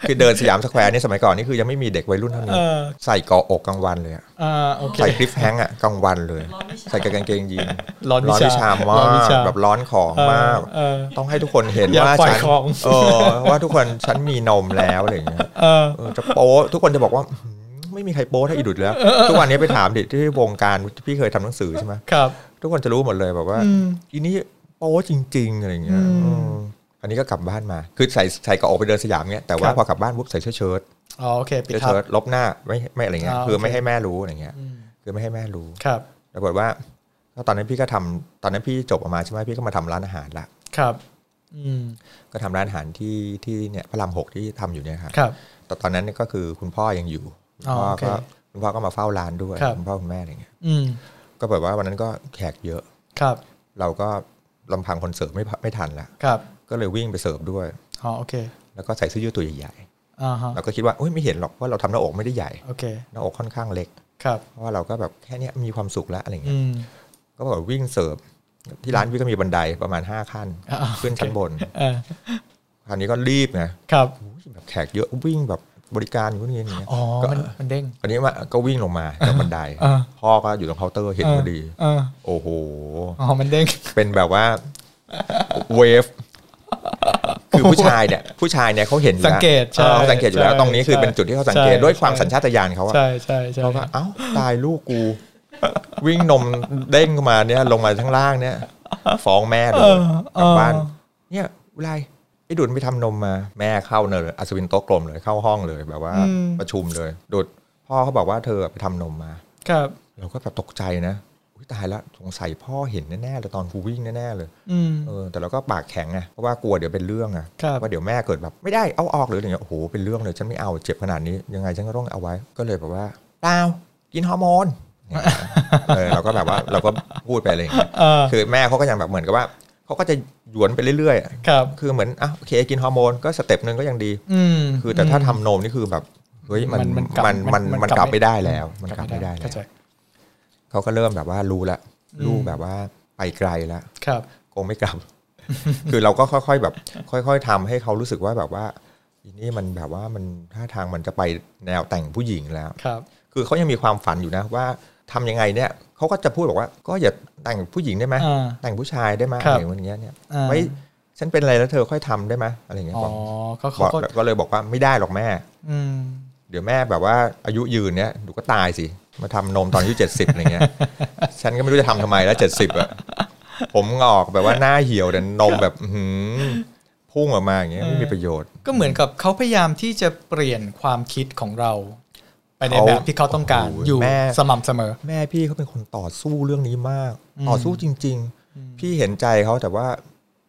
[SPEAKER 3] คือเดินสยามสแควร์นี่สมัยก่อนนี่คือยังไม่มีเด็กวัยรุ่นเท่า
[SPEAKER 2] เอ
[SPEAKER 3] นี้
[SPEAKER 2] อ
[SPEAKER 3] ใส่เกาะอกกลางวันเลยอะ
[SPEAKER 2] อ่าโอเค
[SPEAKER 3] ใส่คลิปแฮงก์อะกลางวันเลย ใส่กางเกงยีน
[SPEAKER 2] ร้อน
[SPEAKER 3] ร้อน
[SPEAKER 2] วิ
[SPEAKER 3] วิชา
[SPEAKER 2] ชาม
[SPEAKER 3] าก
[SPEAKER 2] วิช
[SPEAKER 3] แบบร้อนของมาก
[SPEAKER 2] เออ
[SPEAKER 3] ต้องให้ทุกคนเห็น
[SPEAKER 2] อยาก
[SPEAKER 3] ว่า
[SPEAKER 2] ปล่อย
[SPEAKER 3] ฉัน
[SPEAKER 2] ของ
[SPEAKER 3] เออว่าทุกคนฉันมีนมแล้วอะไรอย่างเงี้ย
[SPEAKER 2] เออ
[SPEAKER 3] เออจะโป๊ทุกคนจะบอกว่าหืมไม่มีใครโป๊ถ้าอีดุดแล้ว ทุกวันนี้ไปถามเด็กที่วงการพี่เคยทำหนังสือใช่ไหม
[SPEAKER 2] ครับ
[SPEAKER 3] ทุกคนจะรู้หมดเลยแบบว่า
[SPEAKER 2] อืม
[SPEAKER 3] อีนี่โป๊จริง ๆอะไรอย่างเงี้ย
[SPEAKER 2] อืม
[SPEAKER 3] อืมอันนี้ก็กลับบ้านมา คือใส่ใส่กระโอกไปเดินสยามเงี้ยแต่
[SPEAKER 2] ค
[SPEAKER 3] ว่า
[SPEAKER 2] รับ
[SPEAKER 3] พอกลับบ้านปุ๊บใส่เสื้อเชิ้ต
[SPEAKER 2] อ๋อโอเค ปิด
[SPEAKER 3] เสื้อ
[SPEAKER 2] ทับ
[SPEAKER 3] เชิ้ตลบหน้าไม่ไม่อะไรเงี้ย
[SPEAKER 2] อ่า
[SPEAKER 3] คือไม่
[SPEAKER 2] โอเค
[SPEAKER 3] ให้แม่รู้อะไรเงี้ย
[SPEAKER 2] อืม
[SPEAKER 3] คือไม่ให้แม่รู้
[SPEAKER 2] ครับ
[SPEAKER 3] ปรากฏว่าก็ตอนนั้นพี่ก็ทำตอนนั้นพี่จบออกมาใช่ไหมพี่ก็มาทำร้านอาหารละ
[SPEAKER 2] ครับ อืม
[SPEAKER 3] ก็ทำร้านอาหารที่ที่เนี่ยพระรามหกที่ทำอยู่เนี่ยครับ
[SPEAKER 2] ครับ
[SPEAKER 3] แต่ตอนนั้นเนี่ยก็คือคุณพ่อยังอยู่คุณ
[SPEAKER 2] อ๋อ
[SPEAKER 3] พ่อ
[SPEAKER 2] โอเค
[SPEAKER 3] ก็คุณพ่อก็มาเฝ้าร้านด้วย
[SPEAKER 2] ครับ
[SPEAKER 3] คุณพ่อคุณแม่อะไรเงี้ย
[SPEAKER 2] อืม
[SPEAKER 3] ก็แบบว่าวันนั้นก็แขกเยอะ
[SPEAKER 2] ครับ
[SPEAKER 3] เราก็ลำพังคนเสิร์ฟไม่พไม่ทันละ
[SPEAKER 2] ครับ
[SPEAKER 3] ก็เลยวิ่งไปเสิร์ฟด้วย
[SPEAKER 2] อ๋อโอเค
[SPEAKER 3] แล้วก็ใส่เสื้อยืดตัวใหญ่
[SPEAKER 2] อ่าฮะ
[SPEAKER 3] ๆเราก็คิดว่าเอ้ยไม่เห็นหรอกเพราะเราทำหน้าอกไม่ได้ใหญ่
[SPEAKER 2] โอเค
[SPEAKER 3] หน้าอกค่อนข้างเล็ก
[SPEAKER 2] ครับ
[SPEAKER 3] เพราะว่าเราก็แบบแค่เนี้ยมีความสุขแล้วอะไรเงี้ย
[SPEAKER 2] อืม
[SPEAKER 3] ก็บอกว่าวิ่งเสิร์ฟที่ร้านพี่ก็มีบันไดประมาณ 5 ขั้น
[SPEAKER 2] อ่า
[SPEAKER 3] ขึ้นชั้นบน
[SPEAKER 2] เออ
[SPEAKER 3] คราวนี้ก็รีบไง
[SPEAKER 2] ครับ
[SPEAKER 3] โอ้ยแบบแขกเยอะวิ่งแบบบริการอยู่นี่อย่างเงี้ย
[SPEAKER 2] อ๋อ
[SPEAKER 3] ก็
[SPEAKER 2] มัน มันเด้ง
[SPEAKER 3] คราวนี้มาก็วิ่งลงมาจากบันได
[SPEAKER 2] อ่า
[SPEAKER 3] พ่อก็อยู่ตรงเคาน์เตอร์เห็นพอดี
[SPEAKER 2] เออ
[SPEAKER 3] โอ้โห
[SPEAKER 2] อ๋อ มันเด้ง
[SPEAKER 3] เป็นแบบว่าเวฟคือผู้ชายเนี่ย ผู้ชายเนี่ยเขาเห็นอยู่แล้ว
[SPEAKER 2] สังเกตใช่
[SPEAKER 3] ออขาสังเกตอยู่แล้ว
[SPEAKER 2] ใช่
[SPEAKER 3] ตรงนี้คือเป็นจุดที่เขาสังเกต
[SPEAKER 2] ใช่
[SPEAKER 3] ด้วยความ
[SPEAKER 2] ใช่
[SPEAKER 3] สัญชาตญาณเขาอะ
[SPEAKER 2] ใช่ใช่ใช่
[SPEAKER 3] เราก็เอ้าตายลูกกู วิ่งนมเด้งมาเนี่ยลงมาข้างล่างเนี่ยฟ้องแม่เลยกลับบ้าน เนี่ยอุไรไอ้ดุดไปทำนมมาแม่เข้าเลยอัศวินโต๊ะกลมเลยเข้าห้องเลยแบบว่าประชุมเลยดุดพ่อเขาบอกว่าเธอไปทำนมมา
[SPEAKER 2] ครับ
[SPEAKER 3] เราก็แบบตกใจนะอุ๊ยตายแล้วสงสัยพ่อเห็นแน่ๆเลยตอนกูวิ่งแน่ๆเลย
[SPEAKER 2] อืม
[SPEAKER 3] เออแต่เราก็ปากแข็งไงเพราะว่ากลัวเดี๋ยวเป็นเรื่องไง
[SPEAKER 2] ครับ
[SPEAKER 3] ว่าเดี๋ยวแม่เกิดแบบไม่ได้เอาออกหรืออะไรเงี้ยโอ้โหเป็นเรื่องเลยฉันไม่เอาเจ็บขนาดนี้ยังไงฉันก็ต้องเอาไว้ก็เลยแบบว่าเปล่ากินฮอร์โมนเนี่ยเออเราก็แบบว่าเราก็พูดไปอะไรอย่างเงี้ย
[SPEAKER 2] เออ
[SPEAKER 3] คือแม่เขาก็ยังแบบเหมือนกับว่าเขาก็จะหยวนไปเรื่อยๆอะ
[SPEAKER 2] ครับ
[SPEAKER 3] คือเหมือนอ่ะโอเคกินฮอร์โมนก็สเต็ปหนึ่งก็ยังดี
[SPEAKER 2] อืม
[SPEAKER 3] คือแต่ถ้าทำนมนี่คือแบบเฮ้ยมัน
[SPEAKER 2] มั
[SPEAKER 3] มัน น
[SPEAKER 2] กลับ
[SPEAKER 3] มันมัน
[SPEAKER 2] มัน
[SPEAKER 3] มัน
[SPEAKER 2] ก
[SPEAKER 3] ก
[SPEAKER 2] ลั
[SPEAKER 3] ลั
[SPEAKER 2] บบ ไม่
[SPEAKER 3] ไม่ได้แล้ว มันก
[SPEAKER 2] กลั
[SPEAKER 3] ลั
[SPEAKER 2] บบ ไม่
[SPEAKER 3] ไม่
[SPEAKER 2] ได้
[SPEAKER 3] ได้
[SPEAKER 2] เข้า
[SPEAKER 3] แล้
[SPEAKER 2] ใจ
[SPEAKER 3] วเขาก็เริ่มแบบว่ารู้ละ
[SPEAKER 2] อืม
[SPEAKER 3] ลูกแบบว่าไปไกลละ
[SPEAKER 2] ครับ
[SPEAKER 3] คงไม่กลับ คือเราก็ค่อย ๆ แบบ ค่อย ๆทำให้เขารู้สึกว่าแบบว่าอีนี่มันแบบว่ามันท่าทางมันจะไปแนวแต่งผู้หญิงแล้ว
[SPEAKER 2] ครับ
[SPEAKER 3] คือเขายังมีความฝันอยู่นะว่าทำยังไงเนี่ยเขาก็จะพูดบอกว่า ก็อย่าแต่งผู้หญิงได้ไหม
[SPEAKER 2] อ่า
[SPEAKER 3] แต่งผู้ชายได้ไหม
[SPEAKER 2] ครับ
[SPEAKER 3] อะไรอย่างเงี้ยเนี่ย
[SPEAKER 2] อ่า
[SPEAKER 3] ไว้ฉันเป็นอะไรแล้วเธอค่อยทำได้ไหมอะไรอย่างเงี้ย
[SPEAKER 2] อ๋อ
[SPEAKER 3] บอก
[SPEAKER 2] ก็
[SPEAKER 3] บ
[SPEAKER 2] เขา
[SPEAKER 3] อก
[SPEAKER 2] ก็
[SPEAKER 3] ก็เลยบอกว่าไม่ได้หรอกแม่
[SPEAKER 2] อืม
[SPEAKER 3] เดี๋ยวแม่แบบว่าอายุยืนเนี่ยหนูก็ตายสิ มาทำนมตอนอายุเจ็ดสิบอะไรเงี้ย ฉันก็ไม่รู้จะทำทำไมแล้วเจ็ดสิบอะผมงอกแบบว่าหน้าเหี่ยวแต่นมแบบอื้อหือพุ่งออกมาอย่างเงี้ยไม่มีประโยชน์
[SPEAKER 2] ก็เหมือนกับเขาพยายามที่จะเปลี่ยนความคิดของเรา ไปในแบบที่เขาต้องการ
[SPEAKER 3] โอ้โห
[SPEAKER 2] อยู่
[SPEAKER 3] แม่
[SPEAKER 2] สม่ำเสมอ
[SPEAKER 3] แม่พี่เขาเป็นคนต่อสู้เรื่องนี้มาก
[SPEAKER 2] อืม
[SPEAKER 3] ต่อสู้จริง ๆ พี่เห็นใจเขาแต่ว่า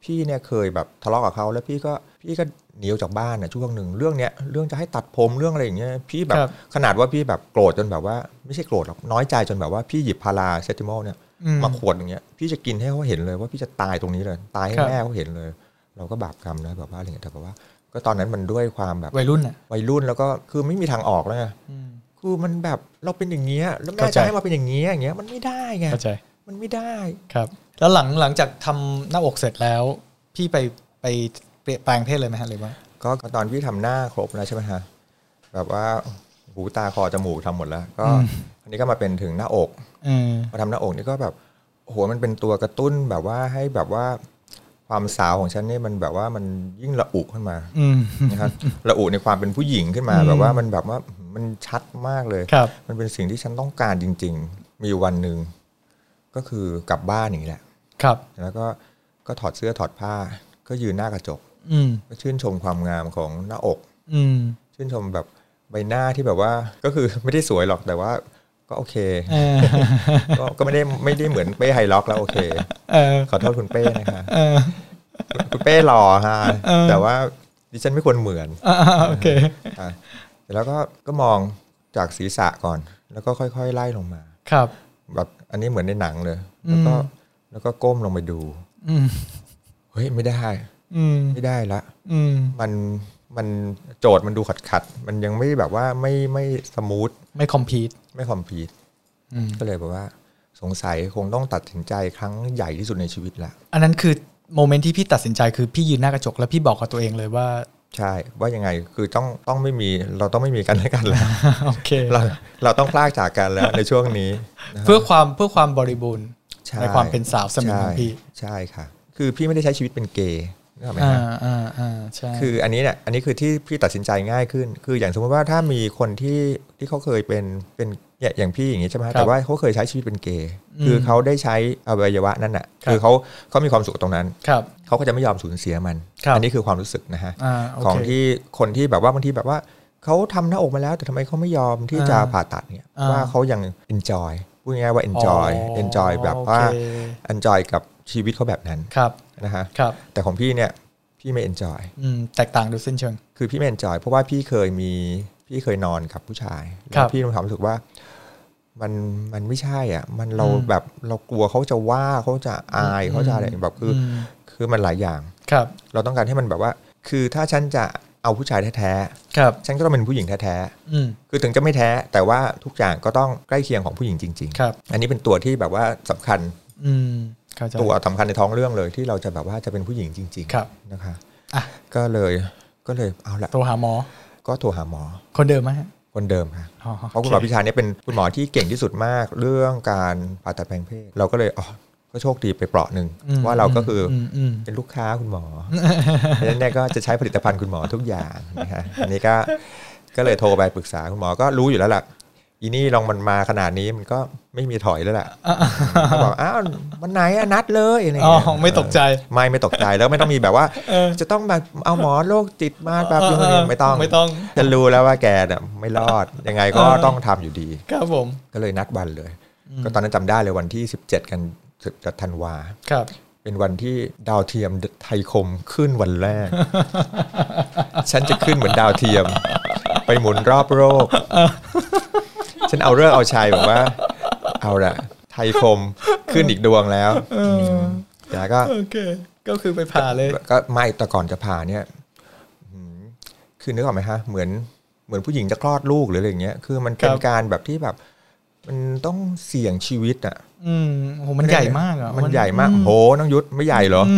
[SPEAKER 3] พี่เนี่ยเคยแบบทะเลาะกับเขาแล้วพี่ก็พี่ก็หนีออกจากบ้านนะช่วงหนึ่งเรื่องเนี้ยเรื่องจะให้ตัดผมเรื่องอะไรอย่างเงี้ยพี่แบบ
[SPEAKER 2] ครับ
[SPEAKER 3] ขนาดว่าพี่แบบโกรธจนแบบว่าไม่ใช่โกรธหรอกน้อยใจจนแบบว่าพี่หยิบพาราเซติมอลเนี่ย
[SPEAKER 2] อืม
[SPEAKER 3] มาขวดอย่างเงี้ยพี่จะกินให้เขาเห็นเลยว่าพี่จะตายตรงนี้เลย ตายให้
[SPEAKER 2] ครับ
[SPEAKER 3] แม่เขาเห็นเลย เราก็บาปกรรมนะแบบว่าอะไรเงี้ยแต่แบบว่า ก็ตอนนั้นมันด้วยความแบบ
[SPEAKER 2] วัยรุ่นอ่ะ
[SPEAKER 3] วัยรุ่นแล้วก็คือไม่มีทางออกแล้วไง
[SPEAKER 2] อืม
[SPEAKER 3] คือมันแบบเราเป็นอย่างเงี้ยแล้วแม่
[SPEAKER 2] เข้าใจ
[SPEAKER 3] จะให้มาเป็นอย่างเงี้ยอย่างเงี้ยมันไม่ได้ไง
[SPEAKER 2] เข้าใจ
[SPEAKER 3] มันไม่ได้
[SPEAKER 2] ครับ แล้วหลังหลังจากทำหน้าอกเสร็จแล้ว พี่ไปไปเปลี่ยนแปลงเพศเลยไหมฮะหรือว่า
[SPEAKER 3] ก็ก็ตอนพี่ทำหน้าครบแล้วใช่ไหมฮะแบบว่าหูตาคอจมูกทำหมดแล้ว ก็
[SPEAKER 2] อืม
[SPEAKER 3] อันนี้ก็มาเป็นถึงหน้าอก
[SPEAKER 2] เออ
[SPEAKER 3] มาทำหน้าอกนี่ก็แบบโอ้โหมันเป็นตัวกระตุ้นแบบว่าให้แบบว่าความสาวของฉันนี่มันแบบว่ามันยิ่งระอุขึ้นมา
[SPEAKER 2] อืม
[SPEAKER 3] นะครับ ระอุในความเป็นผู้หญิงขึ้นมา
[SPEAKER 2] อืม
[SPEAKER 3] แบบว่ามันแบบว่ามันชัดมากเลย
[SPEAKER 2] ครับ
[SPEAKER 3] มันเป็นสิ่งที่ฉันต้องการจริง ๆ มีอยู่วันหนึ่งก็คือกลับบ้านอย่างนี้แหละ
[SPEAKER 2] ครับ
[SPEAKER 3] แล้วก็ก็ถอดเสื้อถอดผ้า ก็ยืนหน้ากระจก
[SPEAKER 2] อืม
[SPEAKER 3] ก็ชื่นชมความงามของหน้าอก
[SPEAKER 2] อืม
[SPEAKER 3] ชื่นชมแบบใบหน้าที่แบบว่าก็คือไม่ได้สวยหรอกแต่ว่าก็โอเค
[SPEAKER 2] เออ
[SPEAKER 3] ก็ก็ไม่ได้ไม่ได้เหมือนเป้ไฮล็อกแล้วโอเค
[SPEAKER 2] เออ
[SPEAKER 3] ขอโทษคุณเป้นะคะ
[SPEAKER 2] เออ
[SPEAKER 3] คุณเป้หล่อฮะ
[SPEAKER 2] เออ
[SPEAKER 3] แต่ว่าดิฉันไม่ควรเหมือน
[SPEAKER 2] อ่า โอเค
[SPEAKER 3] อ่ะเสร็จแล้วก็ก็มองจากศีรษะก่อน แล้วก็ค่อยๆไล่ลงมา
[SPEAKER 2] ครับ
[SPEAKER 3] แบบอันนี้เหมือนในหนังเลย แล้วก็
[SPEAKER 2] อืม
[SPEAKER 3] แล้วก็ก้มลงไปดู
[SPEAKER 2] อืม
[SPEAKER 3] เฮ้ยไม่ได้
[SPEAKER 2] อืม
[SPEAKER 3] ไม่ได้ละ
[SPEAKER 2] อืม
[SPEAKER 3] มันมันโจทย์มันดูขัดขัดๆมันยังไม่แบบว่าไม่ไม่สมูท
[SPEAKER 2] ไม่คอมพีต
[SPEAKER 3] ไม่คอมพีท
[SPEAKER 2] อืม
[SPEAKER 3] ก็เลยแบบว่า สงสัยคงต้องตัดสินใจครั้งใหญ่ที่สุดในชีวิตละ
[SPEAKER 2] อันนั้นคือโมเมนต์ที่พี่ตัดสินใจคือพี่ยืนหน้ากระจกแล้วพี่บอกกับตัวเองเลยว่า
[SPEAKER 3] ใช่ ว่ายังไงคือต้องต้องไม่มีเราต้องไม่มีกันและกัน แล้ว
[SPEAKER 2] โอเค
[SPEAKER 3] เราเราต้องพลากจากกันแล้วในช่วงนี้นะครับ
[SPEAKER 2] เพื่อความเพื่อความบริบูรณ์
[SPEAKER 3] ช่
[SPEAKER 2] ในความเป็นสาวเสมิงของพี่
[SPEAKER 3] ใช่ใช่ค่ะ คือพี่ไม่ได้ใช้ชีวิตเป็นเกย์นึกออกไหม
[SPEAKER 2] อ่า
[SPEAKER 3] ฮะ
[SPEAKER 2] อ่าอ่าใช่
[SPEAKER 3] คืออันนี้เนี่ยอันนี้คือที่พี่ตัดสินใจง่ายขึ้น คืออย่างสมมติว่าถ้ามีคนที่ที่เขาเคยเป็นเป็นเนี่ยอย่างพี่อย่างนี้ใช่ไหมฮะแต่ว่าเขาเคยใช้ชีวิตเป็นเกย์คือเขาได้ใช้อวัยวะนั่นน่ะคือเขาเขามีความสุขตรงนั้น
[SPEAKER 2] ครับ
[SPEAKER 3] เขาก็จะไม่ยอมสูญเสียมัน
[SPEAKER 2] ครับ
[SPEAKER 3] อันี้คือความรู้สึกนะฮะ
[SPEAKER 2] อ่าโอ
[SPEAKER 3] ของ
[SPEAKER 2] เค
[SPEAKER 3] ที่คนที่แบบว่าบางทีแบบว่าเขาทำหน้าอกมาแล้ว แต่ทำไมเขาไม่ยอมที่จะ
[SPEAKER 2] อ่า
[SPEAKER 3] ผ่าตัดเนี่ย
[SPEAKER 2] อ่า
[SPEAKER 3] ว่าเขายัง enjoy พูดง่ายๆว่า enjoy
[SPEAKER 2] อ๋อ
[SPEAKER 3] enjoy แบบว่า
[SPEAKER 2] โอเค
[SPEAKER 3] enjoy กับชีวิตเขาแบบนั้น
[SPEAKER 2] ครับ
[SPEAKER 3] นะฮะ
[SPEAKER 2] ครับ
[SPEAKER 3] แต่ของพี่เนี่ยพี่ไม่ enjoy
[SPEAKER 2] อืมแตกต่างดูเส้นเชิง
[SPEAKER 3] คือพี่ไม่ enjoy เพราะว่าพี่เคยมีพี่เคยนอนกับผู้ชาย
[SPEAKER 2] ครั
[SPEAKER 3] แล้
[SPEAKER 2] บ
[SPEAKER 3] วพี่มีความรู้สึกว่ามันมันไม่ใช่อ่ะมันเรา
[SPEAKER 2] อืม
[SPEAKER 3] แบบเรากลัวเขาจะว่าเขาจะอายเขาจะอะไรแบบคืออ
[SPEAKER 2] ม
[SPEAKER 3] คือมันหลายอย่าง
[SPEAKER 2] ครับ
[SPEAKER 3] เราต้องการให้มันแบบว่า คือถ้าฉันจะเอาผู้ชายแท้
[SPEAKER 2] ครับ
[SPEAKER 3] ๆฉันก็ต้องเป็นผู้หญิงแท้ๆ
[SPEAKER 2] อืม
[SPEAKER 3] คือถึงจะไม่แท้แต่ว่าทุกอย่างก็ต้องใกล้เคียงของผู้หญิงจริง
[SPEAKER 2] ครับ
[SPEAKER 3] ๆ อันนี้เป็นตัวที่แบบว่าสำคัญ
[SPEAKER 2] อืมเข้าใจ
[SPEAKER 3] ตัวสำคัญในท้องเรื่องเลยที่เราจะแบบว่าจะเป็นผู้หญิงจริงๆ
[SPEAKER 2] ครับ
[SPEAKER 3] นะคะ
[SPEAKER 2] อ่ะ
[SPEAKER 3] ก็เลยก็เลยเอาละ
[SPEAKER 2] โทรหาหมอ
[SPEAKER 3] ก็โทรหาหมอ
[SPEAKER 2] คนเดิมไหมฮะ
[SPEAKER 3] คนเดิมค่ะ
[SPEAKER 2] อ๋อ
[SPEAKER 3] เพราะคุณหมอพิชาเนี่ยเป็นคุณหมอที่เก่งที่สุดมากเรื่องการผ่าตัดแปลงเพศ เราก็เลยอ๋อก็โชคดีไปเปราะหนึ่ง
[SPEAKER 2] อืม
[SPEAKER 3] ว่าเราก็คืออ
[SPEAKER 2] มอืม
[SPEAKER 3] เป็นลูกค้าคุณหม อดังนั้นเนี่ยก็จะใช้ผลิตภัณฑ์คุณหมอทุกอย่างนะคะอันนี้ก็ก็เลยโทรไปปรึกษาคุณหมอก็รู้อยู่แล้วล่ะอีนี่ลองมันมาขนาดนี้มันก็ไม่มีถอยแล้วล่ะ
[SPEAKER 2] อ่ะอ่ะ
[SPEAKER 3] เขาบอกอ้าววันไหนอะนัดเลยอะไร
[SPEAKER 2] อ๋อ
[SPEAKER 3] เงี้ย
[SPEAKER 2] ไม่ตกใจ
[SPEAKER 3] ไม่ไม่ตกใจแล้วไม่ต้องมีแบบว่า
[SPEAKER 2] เออ
[SPEAKER 3] จะต้องแบบเอาหมอโรคจิตมาแบบ
[SPEAKER 2] เออเออ
[SPEAKER 3] ไม่ต้อง
[SPEAKER 2] ไม่ต้อง
[SPEAKER 3] จะรู้แล้วว่าแกเนี่ยไม่รอดยังไงก็
[SPEAKER 2] เออ
[SPEAKER 3] ต้องทำอยู่ดี
[SPEAKER 2] ครับผม
[SPEAKER 3] ก็เลยนัดวันเลย ก็ตอนนั้นจำได้เลยวันที่ 17 กันธันวา
[SPEAKER 2] ครับ
[SPEAKER 3] เป็นวันที่ดาวเทียมไทยคมขึ้นวันแรก ฉันจะขึ้นเหมือนดาวเทียม ไปหมุนรอบโลกฉันเอาเรื่องเอาชัยบอกว่า เอาละไทยคมขึ้นอีกดวงแล้วแต่ก็
[SPEAKER 2] โอเค ก็คือไปผ่าเลย
[SPEAKER 3] ก็ไม่แต่ก่อนจะผ่าเนี่ยอืมคือนึกออกไหมฮะเหมือนเหมือนผู้หญิงจะคลอดลูกหรืออะไรอย่างเงี้ยคือมันเป็น
[SPEAKER 2] ครับ
[SPEAKER 3] การแบบที่แบบ มันต้องเสี่ยงชีวิตอ่ะ
[SPEAKER 2] อืมโหมันใหญ่มากอ่ะ
[SPEAKER 3] มันใหญ่มากโหน้องยุทธไม่ใหญ่เหรออ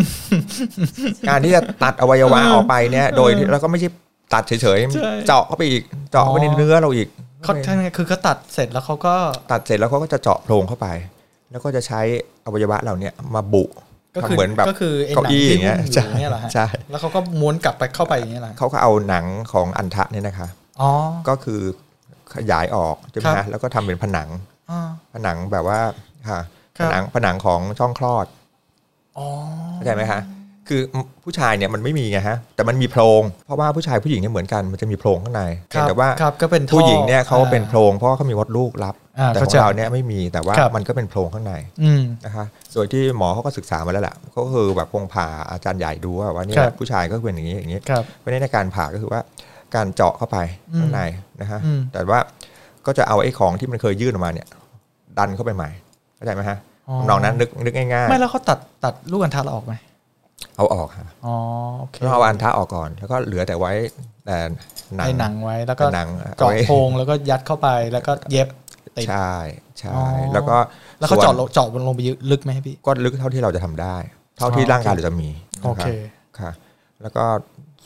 [SPEAKER 3] การที่จะตัดอวัยวะออกไปเนี่ย โดยที่แล้วก็ไม่ใช่ตัดเฉย
[SPEAKER 2] ใช่
[SPEAKER 3] ๆ เจาะเข้าไปอีก เจาะเข้าไปใน
[SPEAKER 2] อ๋อ
[SPEAKER 3] เนื้อเราอีก
[SPEAKER 2] เขาใช่ไงคือเขาตัดเสร็จแล้วเขาก็
[SPEAKER 3] ตัดเสร็จแล้วเขาก็จะเจาะโพรงเข้าไป แล้วก็จะใช้อวัยวะเหล่าเนี้ยมาบุ
[SPEAKER 2] ก็
[SPEAKER 3] ทำ
[SPEAKER 2] คือ
[SPEAKER 3] เหมือนแบบ
[SPEAKER 2] ก็คือไอ้ห
[SPEAKER 3] เก้า
[SPEAKER 2] นัง
[SPEAKER 3] อี้
[SPEAKER 2] ที่หุ้
[SPEAKER 3] อ
[SPEAKER 2] ม
[SPEAKER 3] ย่างเงี้ย
[SPEAKER 2] อยู่เนี่ยเหรอฮะ
[SPEAKER 3] ใช่
[SPEAKER 2] แล้วเขาก็ม้วนกลับไปเข้าไปอย่างเงี้ยเหรอฮะ
[SPEAKER 3] เขาก็เอาหนังของอันทะเนี่ยนะคะ
[SPEAKER 2] อ๋อ
[SPEAKER 3] ก็คือขยายออกใช่ไหม
[SPEAKER 2] ครั
[SPEAKER 3] ฮะ
[SPEAKER 2] บ
[SPEAKER 3] แล้วก็ทำเป็นผนัง
[SPEAKER 2] อ่า
[SPEAKER 3] ผนังแบบว่าค่ะ
[SPEAKER 2] ค
[SPEAKER 3] ผ
[SPEAKER 2] รับ
[SPEAKER 3] นังผนังของช่องคลอด
[SPEAKER 2] อ๋อ
[SPEAKER 3] เข้าใจไหมคะคือผู้ชายเนี่ยมันไม่มีไงฮะแต่มันมีโพรงเพราะว่าผู้ชายผู้หญิงเนี่ยเหมือนกันมันจะมีโพรงข้างใน
[SPEAKER 2] ครั
[SPEAKER 3] แต่ว่า
[SPEAKER 2] ครับก็เป็นท่อ
[SPEAKER 3] ผู้หญิงเนี่ยเขาเป็น
[SPEAKER 2] อ่
[SPEAKER 3] โพรงเพราะว่าเขามีมดลูกรับ
[SPEAKER 2] อ่า
[SPEAKER 3] แต่ข
[SPEAKER 2] เข้า
[SPEAKER 3] อง
[SPEAKER 2] ใจ
[SPEAKER 3] เราเนี่ยไม่มีแต่ว่า
[SPEAKER 2] ครับ
[SPEAKER 3] มันก็เป็นโพรงข้างใน
[SPEAKER 2] อืม
[SPEAKER 3] นะคะส่วนที่หมอเขาก็ศึกษามาแล้วแหละก็คือแบบคงผ่าอาจารย์ใหญ่ดูว่าว่าเนี่
[SPEAKER 2] ค
[SPEAKER 3] ย
[SPEAKER 2] รับ
[SPEAKER 3] ผู้ชายก็เป็นอย่างนี้อย่างนี้
[SPEAKER 2] ครับ
[SPEAKER 3] ไม่ได้ในการผ่าก็คือว่าการเจาะเข้าไป
[SPEAKER 2] อืม
[SPEAKER 3] ข้างในนะฮะ
[SPEAKER 2] อืม
[SPEAKER 3] แต่ว่าก็จะเอาไอ้ของที่มันเคยยื่นออกมาเนี่ย ดันเข้าไปใหม่เข้าใจไหมฮะทำนองนั้นนึกนึกง่าย
[SPEAKER 2] ไม่แล้วเขาตัดตัดลูกอันทาเราออกไหม
[SPEAKER 3] ๆเอาออกฮะ
[SPEAKER 2] อ๋อโอเค
[SPEAKER 3] แล้วเอาอันท้าออกก่อน แล้วก็เหลือแต่ไว้แต่หนัง
[SPEAKER 2] ในหนังไว้แล้วก็
[SPEAKER 3] หนัง
[SPEAKER 2] เจาะโพรงแล้วก็ยัดเข้าไปแล้วก็เย็บ ติด
[SPEAKER 3] ใช่ใช่
[SPEAKER 2] อ๋อ
[SPEAKER 3] แล้วก็
[SPEAKER 2] แล้วเขาเจาะล
[SPEAKER 3] ส่
[SPEAKER 2] งเจาะลงไปลึกไหมพี่
[SPEAKER 3] ก็ลึกเท่าที่เราจะทำได้ เท่าที่
[SPEAKER 2] อ๋อ
[SPEAKER 3] ร่างกายเราจะมี
[SPEAKER 2] โอ
[SPEAKER 3] นะ
[SPEAKER 2] เค
[SPEAKER 3] รับค่ะ แล้วก็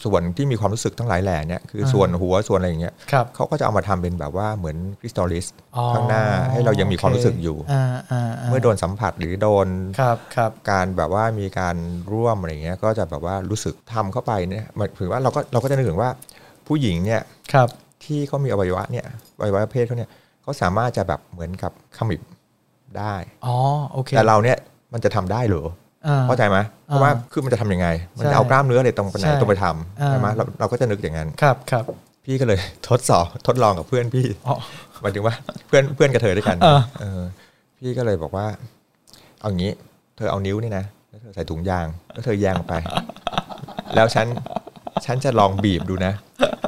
[SPEAKER 3] ส่วนที่มีความรู้สึกทั้งหลายแหล่เนี่ยคืออา ส่วนหัวส่วนอะไรอย่างเงี้ย
[SPEAKER 2] ครับ
[SPEAKER 3] เขาก็จะเอามาทำเป็นแบบว่าเหมือนคริสตัลลิส
[SPEAKER 2] อ๋อ
[SPEAKER 3] ข้างหน้าให้เรายังมีความรู้สึกอยู่
[SPEAKER 2] าาา
[SPEAKER 3] เมื่อโดนสัมผัสหรือโดน
[SPEAKER 2] ครับครับ
[SPEAKER 3] การแบบว่ามีการร่วมอะไรเงี้ยก็จะแบบว่ารู้สึกทำเข้าไปเนี่ยหมายถึงว่าเราก็เราก็จะนึกถึงว่าผู้หญิงเนี่ย
[SPEAKER 2] ครับ
[SPEAKER 3] ที่เขามีอวัยวะเนี่ยอวัยวะเพศเขาเนี่ยเขาสามารถจะแบบเหมือนกับขมิบได้
[SPEAKER 2] อ๋อโอเค
[SPEAKER 3] แต่เราเนี่ยมันจะทำได้เหรอ
[SPEAKER 2] อ่
[SPEAKER 3] เข้าใจไหมเพราะว่า
[SPEAKER 2] อ่า
[SPEAKER 3] คือมันจะทำยังไง มัน
[SPEAKER 2] ใช่
[SPEAKER 3] จะเอากล้ามเนื้ออะไรตรงไปไหน
[SPEAKER 2] ใช่
[SPEAKER 3] ตรงไปทำ
[SPEAKER 2] อ่า
[SPEAKER 3] ใช่ไหมเราเราก็จะนึกอย่างนั้น
[SPEAKER 2] ครับครับ
[SPEAKER 3] พี่ก็เลย ทดสอบทดลองกับเพื่อนพี่
[SPEAKER 2] อ๋อ
[SPEAKER 3] หมายถึงว่า เพื่อนเพื่อนกับเธอด้วยกัน
[SPEAKER 2] เออ
[SPEAKER 3] เออ พี่ก็เลยบอกว่า เอางี้ เธอเอานิ้วนี่นะแล้วเธอใส่ถุงยาง แล้วเธอแยางไป แล้วฉัน ฉันจะลองบีบดูนะ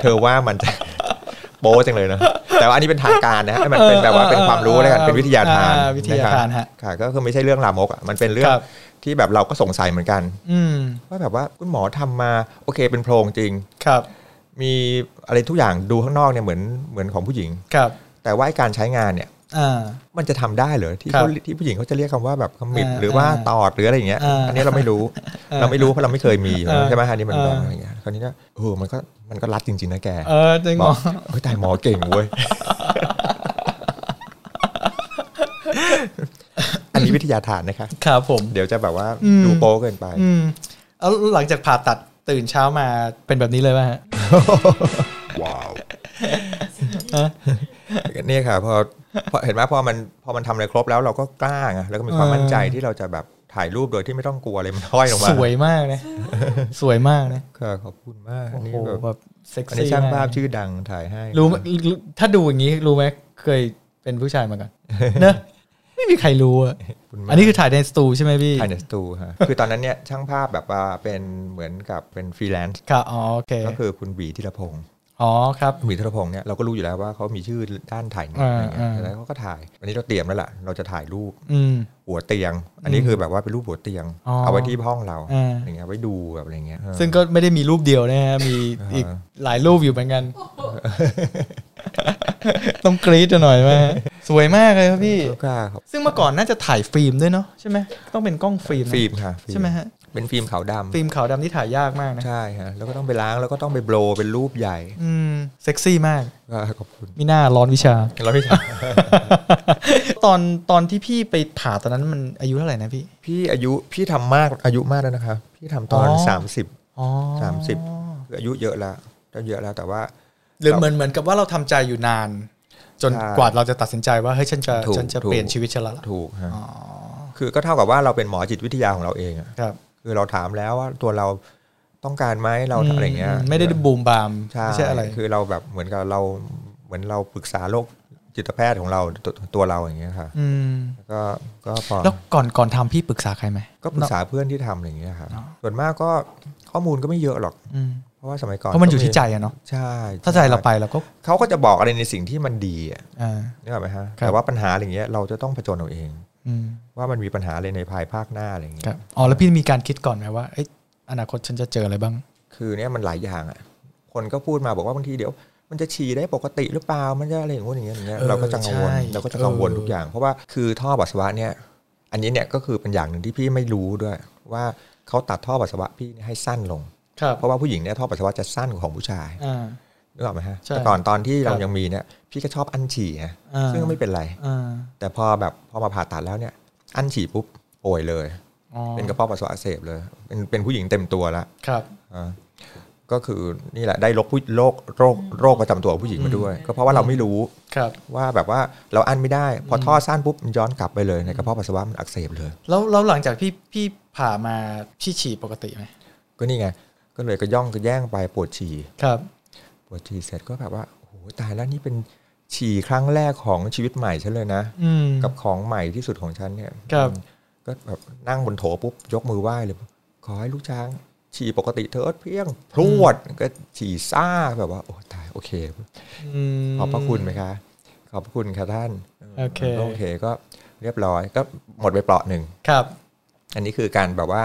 [SPEAKER 3] เธอว่ามันจะ โป๊จังเลยนะแต่ว่าอันนี้เป็นทางการ นะฮะให้มันเป็นแบบว่าเป็นความรู้แล้วกันเป็นวิทยาทาน
[SPEAKER 2] อ่วิทยาทาน
[SPEAKER 3] นะครั
[SPEAKER 2] ฮะ
[SPEAKER 3] บค่ะ ก็คือไม่ใช่เรื่องลามกอะมันเป็นเรื่อง
[SPEAKER 2] ครับ
[SPEAKER 3] ที่แบบเราก็สงสัยเหมือนกัน
[SPEAKER 2] อืม
[SPEAKER 3] ว่าแบบว่าคุณหมอทำมา โอเค เป็นโพรงจริง
[SPEAKER 2] ครับ
[SPEAKER 3] มีอะไรทุกอย่างดูข้างนอกเนี่ยเหมือนเหมือนของผู้หญิง
[SPEAKER 2] ครับ
[SPEAKER 3] แต่ว่าไอ้การใช้งานเนี่ย
[SPEAKER 2] อ่า
[SPEAKER 3] มันจะทำได้เหรอที่
[SPEAKER 2] ครับ
[SPEAKER 3] เขาที่ผู้หญิงเขาจะเรียกคำว่าแบบขมิบ
[SPEAKER 2] อ่า
[SPEAKER 3] หรือว่า
[SPEAKER 2] อ่า
[SPEAKER 3] ตอดหรืออะไรอย่างเงี้ย
[SPEAKER 2] อ่า
[SPEAKER 3] อันนี้เราไม่รู้
[SPEAKER 2] อ่า
[SPEAKER 3] เราไม่รู้เพราะเราไม่เคยมีอยู่แล้ว
[SPEAKER 2] อ่า
[SPEAKER 3] ใช่ไหมฮะนี่มัน
[SPEAKER 2] อ่า
[SPEAKER 3] แบบอะไรอย่างเงี้ยคราวนี้ก็เออมันก็มันก็รัดจริงๆนะแก
[SPEAKER 2] เออจริง
[SPEAKER 3] หม
[SPEAKER 2] เหร
[SPEAKER 3] อ
[SPEAKER 2] อ
[SPEAKER 3] เฮ้ยแต่หมอเก่งเว้ย อันนี้วิทยาทานนะคะ
[SPEAKER 2] ครับผม
[SPEAKER 3] เดี๋ยวจะแบบว่า
[SPEAKER 2] อืม
[SPEAKER 3] ดูโป๊เกินไป
[SPEAKER 2] อืมแล้วหลังจากผ่าตัดตื่นเช้ามาเป็นแบบนี้เลยป่ะฮะ
[SPEAKER 3] ว้าว
[SPEAKER 2] เออ
[SPEAKER 3] เนี่ยค่ะพอพอเห็นไหมพอมันพอมันทำอะไรครบแล้วเราก็กล้าไงแล้วก็มีความ
[SPEAKER 2] เออ
[SPEAKER 3] มั่นใจที่เราจะแบบถ่ายรูปโดยที่ไม่ต้องกลัวอะไรมันห้อยลงมา
[SPEAKER 2] สวยมาก นะ สวยมากนะ
[SPEAKER 3] ค่ะขอบคุณมาก
[SPEAKER 2] โอ้
[SPEAKER 3] นี่
[SPEAKER 2] โห
[SPEAKER 3] แบบ
[SPEAKER 2] แบบเซ็ก
[SPEAKER 3] อันนี้
[SPEAKER 2] ซี่
[SPEAKER 3] ช่าง
[SPEAKER 2] มก
[SPEAKER 3] ภาพชื่อดังถ่ายให้
[SPEAKER 2] รู้ไหมรู้ถ้าดูอย่างนี้รู้ไหมเคยเป็นผู้ชายมาก่อน เนอะไม่มีใครรู้ อะ
[SPEAKER 3] คุณมาก
[SPEAKER 2] อันนี้คือถ่ายในสตูใช่ไหมพี่
[SPEAKER 3] ถ่ายในสตูฮะ คือตอนนั้นเนี่ยช่างภาพแบบว่าเป็นเหมือนกับเป็นฟรีแลนซ์
[SPEAKER 2] ค่ะอ๋อโอเค
[SPEAKER 3] ก็คือคุณหวีธีรพงศ์
[SPEAKER 2] อ๋อครับ
[SPEAKER 3] คุณหวีธีรพงศ์เนี่ยเราก็รู้อยู่แล้วว่าเขามีชื่อด้านถ่ายหนัง
[SPEAKER 2] อ่า
[SPEAKER 3] อะไร
[SPEAKER 2] อ่า
[SPEAKER 3] เงี้ยแล้วเขาก็ถ่าย อันนี้เราเตรียมแล้วล่ะ เราจะถ่ายรูป
[SPEAKER 2] อืม
[SPEAKER 3] หัวเตียง อันนี้คือแบบว่าเป็นรูปหัวเตียง
[SPEAKER 2] อ๋อ
[SPEAKER 3] เอาไว้ที่ห้องเรา
[SPEAKER 2] อ่า
[SPEAKER 3] อย่างเงี้ยไว้ดูแบบอะไรเงี้ยเออ
[SPEAKER 2] ซึ่งก็ไม่ได้มีรูปเดียวนะฮะ มีอีก
[SPEAKER 3] อ่า
[SPEAKER 2] หลายรูปอยู่เหมื อนกัน ต้องกรี๊ดหน่อยไหมฮะสวยมากเลยครับพี่
[SPEAKER 3] กล้าครับ
[SPEAKER 2] ซึ่งเมื่อก่อนน่าจะถ่ายฟิล์มด้วยเนาะใช่ไหมต้องเป็นกล้องฟิล์มนะ
[SPEAKER 3] ฟิล์มค่ะฟิล์
[SPEAKER 2] ใช่ไหมฮะ
[SPEAKER 3] เป็นฟิล์มขาวดำ
[SPEAKER 2] ฟิล์มขาวดำที่ถ่ายยากมากนะ
[SPEAKER 3] ใช่ฮะแล้วก็ต้องไปล้างแล้วก็ต้องไปโบลเป็นรูปใหญ่
[SPEAKER 2] อืม เซ็กซี่มาก
[SPEAKER 3] ก็ขอบคุณ
[SPEAKER 2] มีหน้าร้อนวิชา
[SPEAKER 3] แล้วพี่
[SPEAKER 2] ตอนตอนที่พี่ไปผ่าตอนนั้นมันอายุเท่าไหร่นะพี่
[SPEAKER 3] พี่อายุพี่ทำมากอายุมากแล้วนะคะ พี่ทำตอน
[SPEAKER 2] อ๋อ
[SPEAKER 3] สามสิบ
[SPEAKER 2] อ๋อ
[SPEAKER 3] สามสิบ คืออายุเยอะแล้วก็เยอะแล้วแต่ว่า
[SPEAKER 2] หรือเหมือนเหมือนกับว่าเราทำใจอยู่นาน จน
[SPEAKER 3] ใช่
[SPEAKER 2] กว่าเราจะตัดสินใจว่าเฮ้ยฉันจะ
[SPEAKER 3] ถูก
[SPEAKER 2] ฉันจะ
[SPEAKER 3] ถูก
[SPEAKER 2] เปลี่ยนชีวิตฉันและละ
[SPEAKER 3] ถูกฮะ
[SPEAKER 2] อ๋อ
[SPEAKER 3] คือก็เท่ากับว่าเราเป็นหมอจิตวิทยาของเราเองอะ
[SPEAKER 2] ครับ
[SPEAKER 3] คือเราถามแล้วว่าตัวเราต้องการไหมเรา
[SPEAKER 2] ม
[SPEAKER 3] อะไรเงี้ย
[SPEAKER 2] ไม่ได้บูมบาม
[SPEAKER 3] ใช่
[SPEAKER 2] ไม่ใช่อะไร
[SPEAKER 3] คือเราแบบเหมือนกับเราเหมือนเราปรึกษาโรคจิตแพทย์ของเราตัวตัวเราอย่างเงี้ยค่ะ
[SPEAKER 2] อืม
[SPEAKER 3] ก็ก็พอ
[SPEAKER 2] แล้วก่อนก่อนทำพี่ปรึกษาใครไหม
[SPEAKER 3] ก็ปรึกษาเพื่อนที่ทำอะไรอย่างเงี้ยค่ะ
[SPEAKER 2] เนอะ
[SPEAKER 3] ส่วนมากก็ข้อมูลก็ไม่เยอะหรอก
[SPEAKER 2] อืม
[SPEAKER 3] เพราะว่าสมัยก่อน
[SPEAKER 2] เพราะมันอยู่ที่ใจอะเนาะ
[SPEAKER 3] ใช่
[SPEAKER 2] ถ้าใจเราไปเราก็
[SPEAKER 3] เขาก็จะบอกอะไรในสิ่งที่มันดีอะ
[SPEAKER 2] อ่า
[SPEAKER 3] นึกออกไหมฮะ
[SPEAKER 2] ครับ
[SPEAKER 3] แต่ว่าปัญหาอะไรอย่างเงี้ยเราจะต้องผจญเอาเอง
[SPEAKER 2] อืม
[SPEAKER 3] ว่ามันมีปัญหาอะไรในภายภาคหน้าอะไรอย่างเงี้
[SPEAKER 2] ครับ
[SPEAKER 3] ย
[SPEAKER 2] อ๋อแล้วพี่มีการคิดก่อนไหมว่าเอ๊ะอนาคตฉันจะเจออะไรบ้าง
[SPEAKER 3] คือเนี่ยมันหลายอย่างอ่ะคนก็พูดมาบอกว่าบางทีเดี๋ยว มันจะฉี่ได้ปกติหรือเปล่ามันจะอะไรอย่างงู้นอย่างเงี้ยอย่างเงี้ย
[SPEAKER 2] เออ
[SPEAKER 3] เราก็จะกังวล
[SPEAKER 2] ใช่
[SPEAKER 3] เราก็จะกังวล
[SPEAKER 2] เออ
[SPEAKER 3] ทุกอย่าง เพราะว่าคือท่อปัสสาวะเนี่ย อันนี้เนี่ยก็คือเป็นอย่างหนึ่งที่พี่ไม่รู้ด้วย ว่าเขาตัดท่อปัสสาวะพี่ให้สั้นลง
[SPEAKER 2] ครับ
[SPEAKER 3] เพราะว่าผู้หญิงเนี่ยท่อปัสสาวะจะสั้นกว่าของผู้ชาย
[SPEAKER 2] อ่า
[SPEAKER 3] นึกออกไหมฮะ
[SPEAKER 2] ใช่
[SPEAKER 3] แต่ก่อนตอนที่เรา
[SPEAKER 2] ครับ
[SPEAKER 3] ยังมีเนี่ยพี่ก็ชอบอันฉี่นะ
[SPEAKER 2] อ่า
[SPEAKER 3] ซึ่งก็ไม่เป็นไร
[SPEAKER 2] อ่า
[SPEAKER 3] แต่พอแบบพอมาผ่าตัดแล้วเนี่ย อันฉี่ปุ๊บป่วยเลย
[SPEAKER 2] อ๋อ
[SPEAKER 3] เป็นกระเพาะปัสสาวะอักเสบเลย เป็นเป็นผู้หญิงเต็มตัวละ
[SPEAKER 2] ครับ
[SPEAKER 3] อ่าก็คือนี่แหละได้โรคผู้โรคโรคโรคประจำตัวของผู้หญิงมาด้วย ก็เพราะว่าเราไม่รู้
[SPEAKER 2] ครับ
[SPEAKER 3] ว่าแบบว่าเราอั้นไม่ได้ พอท่อสั้นปุ๊บมันย้อนกลับไปเลยในกระเพาะปัสสาวะมันอักเสบเลย
[SPEAKER 2] แล้วแล้วหลังจากพี่พี่ผ่ามาพี่ฉี่ปกติไหม
[SPEAKER 3] ก็นี่ไง ก็เลยก็ย่องก็แย่งไปปวดฉี่
[SPEAKER 2] ครับ
[SPEAKER 3] ปวดฉี่เสร็จก็แบบว่าโอ้โหตายแล้วนี่เป็นฉี่ครั้งแรกของชีวิตใหม่ฉันเลยนะ
[SPEAKER 2] อืม
[SPEAKER 3] กับของใหม่ที่สุดของฉันเนี่ย
[SPEAKER 2] ครับ
[SPEAKER 3] ก็แบบนั่งบนโถปุ๊บยกมือไหว้เลย ขอให้ลูกช้าง ฉี่ปกติเธอเพียงพรวดก็ฉี่ซ่าแบบว่า โอ้ตายโอเค
[SPEAKER 2] ม
[SPEAKER 3] ขอบพระคุณไหมคะ ขอบพระคุณค่ะท่าน
[SPEAKER 2] โอเค
[SPEAKER 3] ก็โอเคก็เรียบร้อยก็หมดไปเปลาะหนึ่ง
[SPEAKER 2] ครับ
[SPEAKER 3] อันนี้คือการแบบว่า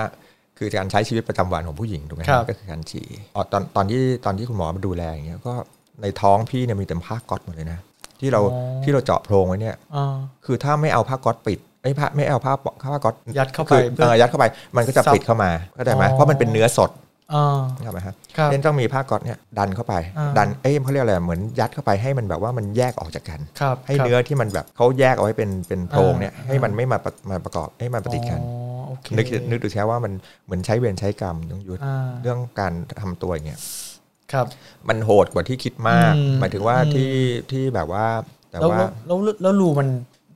[SPEAKER 3] คือการใช้ชีวิตประจำวันของผู้หญิงถูกไหม
[SPEAKER 2] ครับ
[SPEAKER 3] ก็คือการฉี่อ๋อตอนตอนที่ตอนที่คุณหมอมาดูแลอย่างเงี้ยก็ในท้องพี่เนี่ยมีแต่ผ้าก๊อตหมดเลยนะที่เราที่เราเจาะโพรงไว้เนี่ย
[SPEAKER 2] อ่า
[SPEAKER 3] คือถ้าไม่เอาผ้าก๊อตปิดไอ้ยผ้าไม่เอาผ้าปผ้าก๊อต
[SPEAKER 2] ยัดเข้าไป
[SPEAKER 3] คือ
[SPEAKER 2] เพื่อ
[SPEAKER 3] เออยัดเข้าไป มันก็จะ
[SPEAKER 2] ซับ
[SPEAKER 3] ปิดเข้ามาเข้าใจไหม
[SPEAKER 2] อ๋อ
[SPEAKER 3] เพราะมันเป็นเนื้อสด
[SPEAKER 2] อ่า
[SPEAKER 3] เข้าใจไหมฮะ
[SPEAKER 2] ครับ
[SPEAKER 3] เน้นต้องมีผ้าก๊อตเนี่ยดันเข้าไป
[SPEAKER 2] อ่า
[SPEAKER 3] ดันเอ้ยเขาเรียกอะไรเหมือนยัดเข้าไปให้มันแบบว่ามันแยกออกจากกัน
[SPEAKER 2] ครับ
[SPEAKER 3] ให้
[SPEAKER 2] ครับ
[SPEAKER 3] เนื้อที่มันแบบเขาแยกเอาไว้เป็นเป็นโพรงเนี่ย
[SPEAKER 2] อ่า
[SPEAKER 3] ให้มันไม่มาปะมาประกอบให้มันปฏิดกัน
[SPEAKER 2] อ๋อโอเค
[SPEAKER 3] นึกนึกดูแค่ว่ามันเหมือนใช้เวรใช้กรรมต้องยุทธ
[SPEAKER 2] อ่า
[SPEAKER 3] เรื่องการทำตัวอย่างเงี้ย
[SPEAKER 2] ครับ
[SPEAKER 3] มันโหดกว่าที่คิดมาก
[SPEAKER 2] อืม
[SPEAKER 3] หมายถึงว่า
[SPEAKER 2] อืม
[SPEAKER 3] ที่ที่แบบว่า แต่
[SPEAKER 2] แล้ว
[SPEAKER 3] ว่า
[SPEAKER 2] แล้วแล้วแล้วรูมัน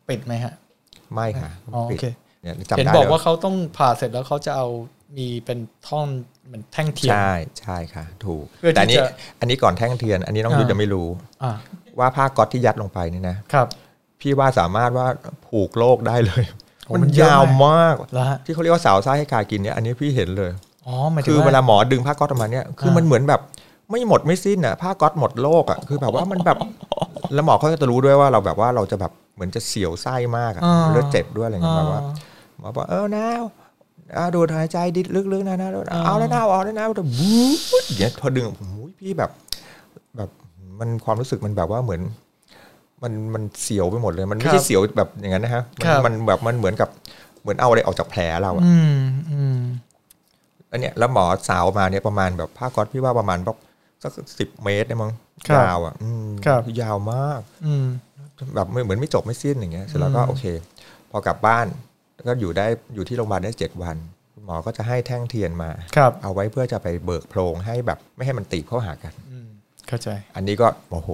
[SPEAKER 2] ปิดไหมฮะ
[SPEAKER 3] ไม่ค่ะ
[SPEAKER 2] อ๋อโอเค
[SPEAKER 3] เนี่ย
[SPEAKER 2] เห็
[SPEAKER 3] จำ
[SPEAKER 2] น
[SPEAKER 3] ได้
[SPEAKER 2] บอก
[SPEAKER 3] แล้ว
[SPEAKER 2] ว่าเขาต้องผ่าเสร็จแล้วเขาจะเอามีเป็นท่อนเหมือนแท่งเทียน
[SPEAKER 3] ใช่ใช่ค่ะ ถูก
[SPEAKER 2] เพื่อที่
[SPEAKER 3] แต่อันนี้
[SPEAKER 2] จะ
[SPEAKER 3] อันนี้ก่อนแท่งเทียน อันนี้น้อง
[SPEAKER 2] อ่า
[SPEAKER 3] ยุทธยังไม่รู้
[SPEAKER 2] อ่า
[SPEAKER 3] ว่าผ้าก๊อตที่ยัดลงไปนี่นะ
[SPEAKER 2] ครับ
[SPEAKER 3] พี่ว่าสามารถว่าผูกโลกได้เลย
[SPEAKER 2] โห
[SPEAKER 3] มัน
[SPEAKER 2] มันเยอะ
[SPEAKER 3] ยาว
[SPEAKER 2] มาก
[SPEAKER 3] มาก
[SPEAKER 2] แล้วฮะ
[SPEAKER 3] ที่เขาเรียกว่าสาวไส้ให้กากินเนี่ยอันนี้พี่เห็นเลย
[SPEAKER 2] อ๋อหมายถึ
[SPEAKER 3] คื
[SPEAKER 2] ง
[SPEAKER 3] อ
[SPEAKER 2] ว่า
[SPEAKER 3] เวลาหมอดึงผ้าก๊อตออกมาเนี่ย คือมันเหมือนแบบไม่หมดไม่สิ้นอ่ะ ผ้าก๊อตหมดโลก อ่ะ คือแบบว่ามันแบบ แล้วหมอเขาก็จะรู้ด้วยว่าเราแบบว่าเราจะแบบเหมือนจะเสียวไส้มากอ่ะ
[SPEAKER 2] อ่า
[SPEAKER 3] แล้วเจ็บด้วยอะไรเงี้ยแบบว่า
[SPEAKER 2] อ่
[SPEAKER 3] หมอบอกเออนะอ่าดูดหายใจดิดลึกๆนะนะ
[SPEAKER 2] อ่า
[SPEAKER 3] เอาแล้วนะเอาแล้วนะแต่บู๊ดอย่างเงี้ยพอดึงโอ้โหพี่แบบ แบบมันความรู้สึกมันแบบว่าเหมือน มันมันเสียวไปหมดเลย มันไม่
[SPEAKER 2] ค
[SPEAKER 3] ใช่
[SPEAKER 2] รับ
[SPEAKER 3] เสียวแบบอย่างนั้นนะฮะมัน
[SPEAKER 2] ครับ
[SPEAKER 3] มันแบบมันเหมือนกับเหมือนเอาอะไรออกจากแผลเราอะ
[SPEAKER 2] อืมอืม
[SPEAKER 3] อันเนี้ยแล้วหมอสาวมาเนี่ยประมาณแบบผ้าก๊อตพี่ว่าประมาณแบบสักสิบเมตรได้มั้ง
[SPEAKER 2] ครับ
[SPEAKER 3] ยาวอ่ะอืม
[SPEAKER 2] ครับ
[SPEAKER 3] อยาวมาก
[SPEAKER 2] อืม
[SPEAKER 3] แบบไม่เหมือนไม่จบไม่สิ้นอย่างเงี้ยเสร็จแล้วก็
[SPEAKER 2] อืม
[SPEAKER 3] โอเค พอกลับบ้านก็อยู่ได้อยู่ที่โรงพยาบาลได้เจ็ดวันคุณหมอก็จะให้แท่งเทียนมา
[SPEAKER 2] ครับ
[SPEAKER 3] เอาไว้เพื่อจะไปเบิกโพรงให้แบบไม่ให้มันตีบเข้าหากัน
[SPEAKER 2] อืมเข้าใจ
[SPEAKER 3] อันนี้ก็โอ้โห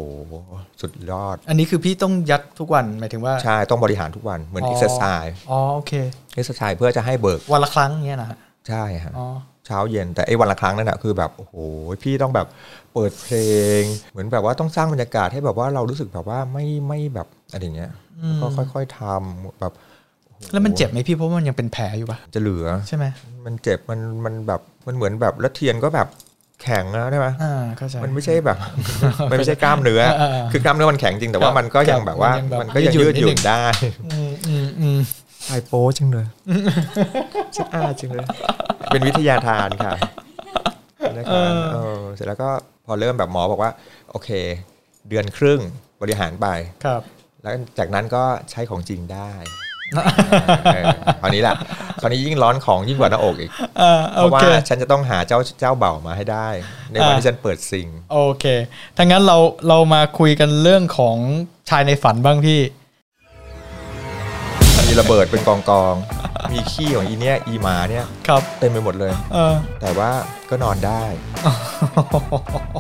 [SPEAKER 3] สุดยอด
[SPEAKER 2] อันนี้คือพี่ต้องยัดทุกวันหมายถึงว่า
[SPEAKER 3] ใช่ต้องบริหารทุกวันเหมือน
[SPEAKER 2] อ๋อ
[SPEAKER 3] เอ็
[SPEAKER 2] อ็
[SPEAKER 3] กซ์ไซส์
[SPEAKER 2] อ๋อโอเค
[SPEAKER 3] เอ็กซ์ไซส์เพื่อจะให้เบิก
[SPEAKER 2] วันละครั้งเงี้ยนะฮะ
[SPEAKER 3] ใช่ฮะ
[SPEAKER 2] อ๋อ
[SPEAKER 3] เช้าเย็นแต่ไอ้วันละครั้งนั่นนะคือแบบโอ้โหพี่ต้องแบบเปิดเพลง เหมือนแบบว่าต้องสร้างบรรยากาศให้แบบว่าเรารู้สึกแบบว่าไม่ไม่แบบอะไรอย่างเงี้ย
[SPEAKER 2] อืม
[SPEAKER 3] ก็ค่อย ๆทำแบบโอ้โห
[SPEAKER 2] แล้วมันเจ็บไหมพี่เพราะว่ามันยังเป็นแผลอยู่ปะ
[SPEAKER 3] จะเหลือ
[SPEAKER 2] ใช่ไหม
[SPEAKER 3] มันเจ็บมันมันแบบมันเหมือนแบบแล้วเทียนก็แบบแข็งนะใช่ไหม
[SPEAKER 2] อ่าเข้าใจ
[SPEAKER 3] มันไม่ใช่แบบ มันไม่ใช่กล้ามเนื้อ
[SPEAKER 2] เออเออ
[SPEAKER 3] คือกล้ามเนื้อมันแข็งจริงแต่
[SPEAKER 2] ค
[SPEAKER 3] ว่า
[SPEAKER 2] รับ
[SPEAKER 3] มันก็ยังแบบว่า
[SPEAKER 2] ครับมั
[SPEAKER 3] มัน
[SPEAKER 2] น
[SPEAKER 3] ก็
[SPEAKER 2] ยั
[SPEAKER 3] ยัง ง
[SPEAKER 2] แบบ
[SPEAKER 3] ยืด
[SPEAKER 2] ยืดห
[SPEAKER 3] ห
[SPEAKER 2] ยุ่
[SPEAKER 3] ยุ่
[SPEAKER 2] น
[SPEAKER 3] นได้
[SPEAKER 2] อืมอืมอืม
[SPEAKER 3] ไอโป้จังเลย ชักอาจังเลย เป็นวิทยาทานค่ะนะครับเออเสร็จแล้วก็พอเริ่มแบบหมอบอกว่า โอเค เดือนครึ่งบริหารไป
[SPEAKER 2] ครับ
[SPEAKER 3] แล้วจากนั้นก็ใช้ของจริงได้ เออคราวนี้แหละคราวนี้ยิ่งร้อนของยิ่งกว่าหน้าอกอีก
[SPEAKER 2] อ่า
[SPEAKER 3] เพ
[SPEAKER 2] โอ
[SPEAKER 3] ราะว่า
[SPEAKER 2] เค
[SPEAKER 3] ฉันจะต้องหาเจ้าเจ้าเบ่าวมาให้ได้ ในวัน
[SPEAKER 2] อ่า
[SPEAKER 3] ที่ฉันเปิดซิง
[SPEAKER 2] โอเคถ้างั้นเราเรามาคุยกันเรื่องของชายในฝันบ้างพี่
[SPEAKER 3] มีระเบิดเป็นกองกองๆมีขี้ของอีเนี้ยอีหมาเนี่ย
[SPEAKER 2] ครับ
[SPEAKER 3] เต็มไปหมดเลย
[SPEAKER 2] เออ
[SPEAKER 3] แต่ว่าก็นอนได้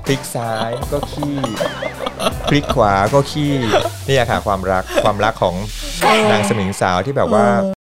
[SPEAKER 3] พลิกซ้ายก็ขี้พลิกขวาก็ขี้เนี่ยค่ะความรักความรักของนางสมิงสาวที่แบบว่า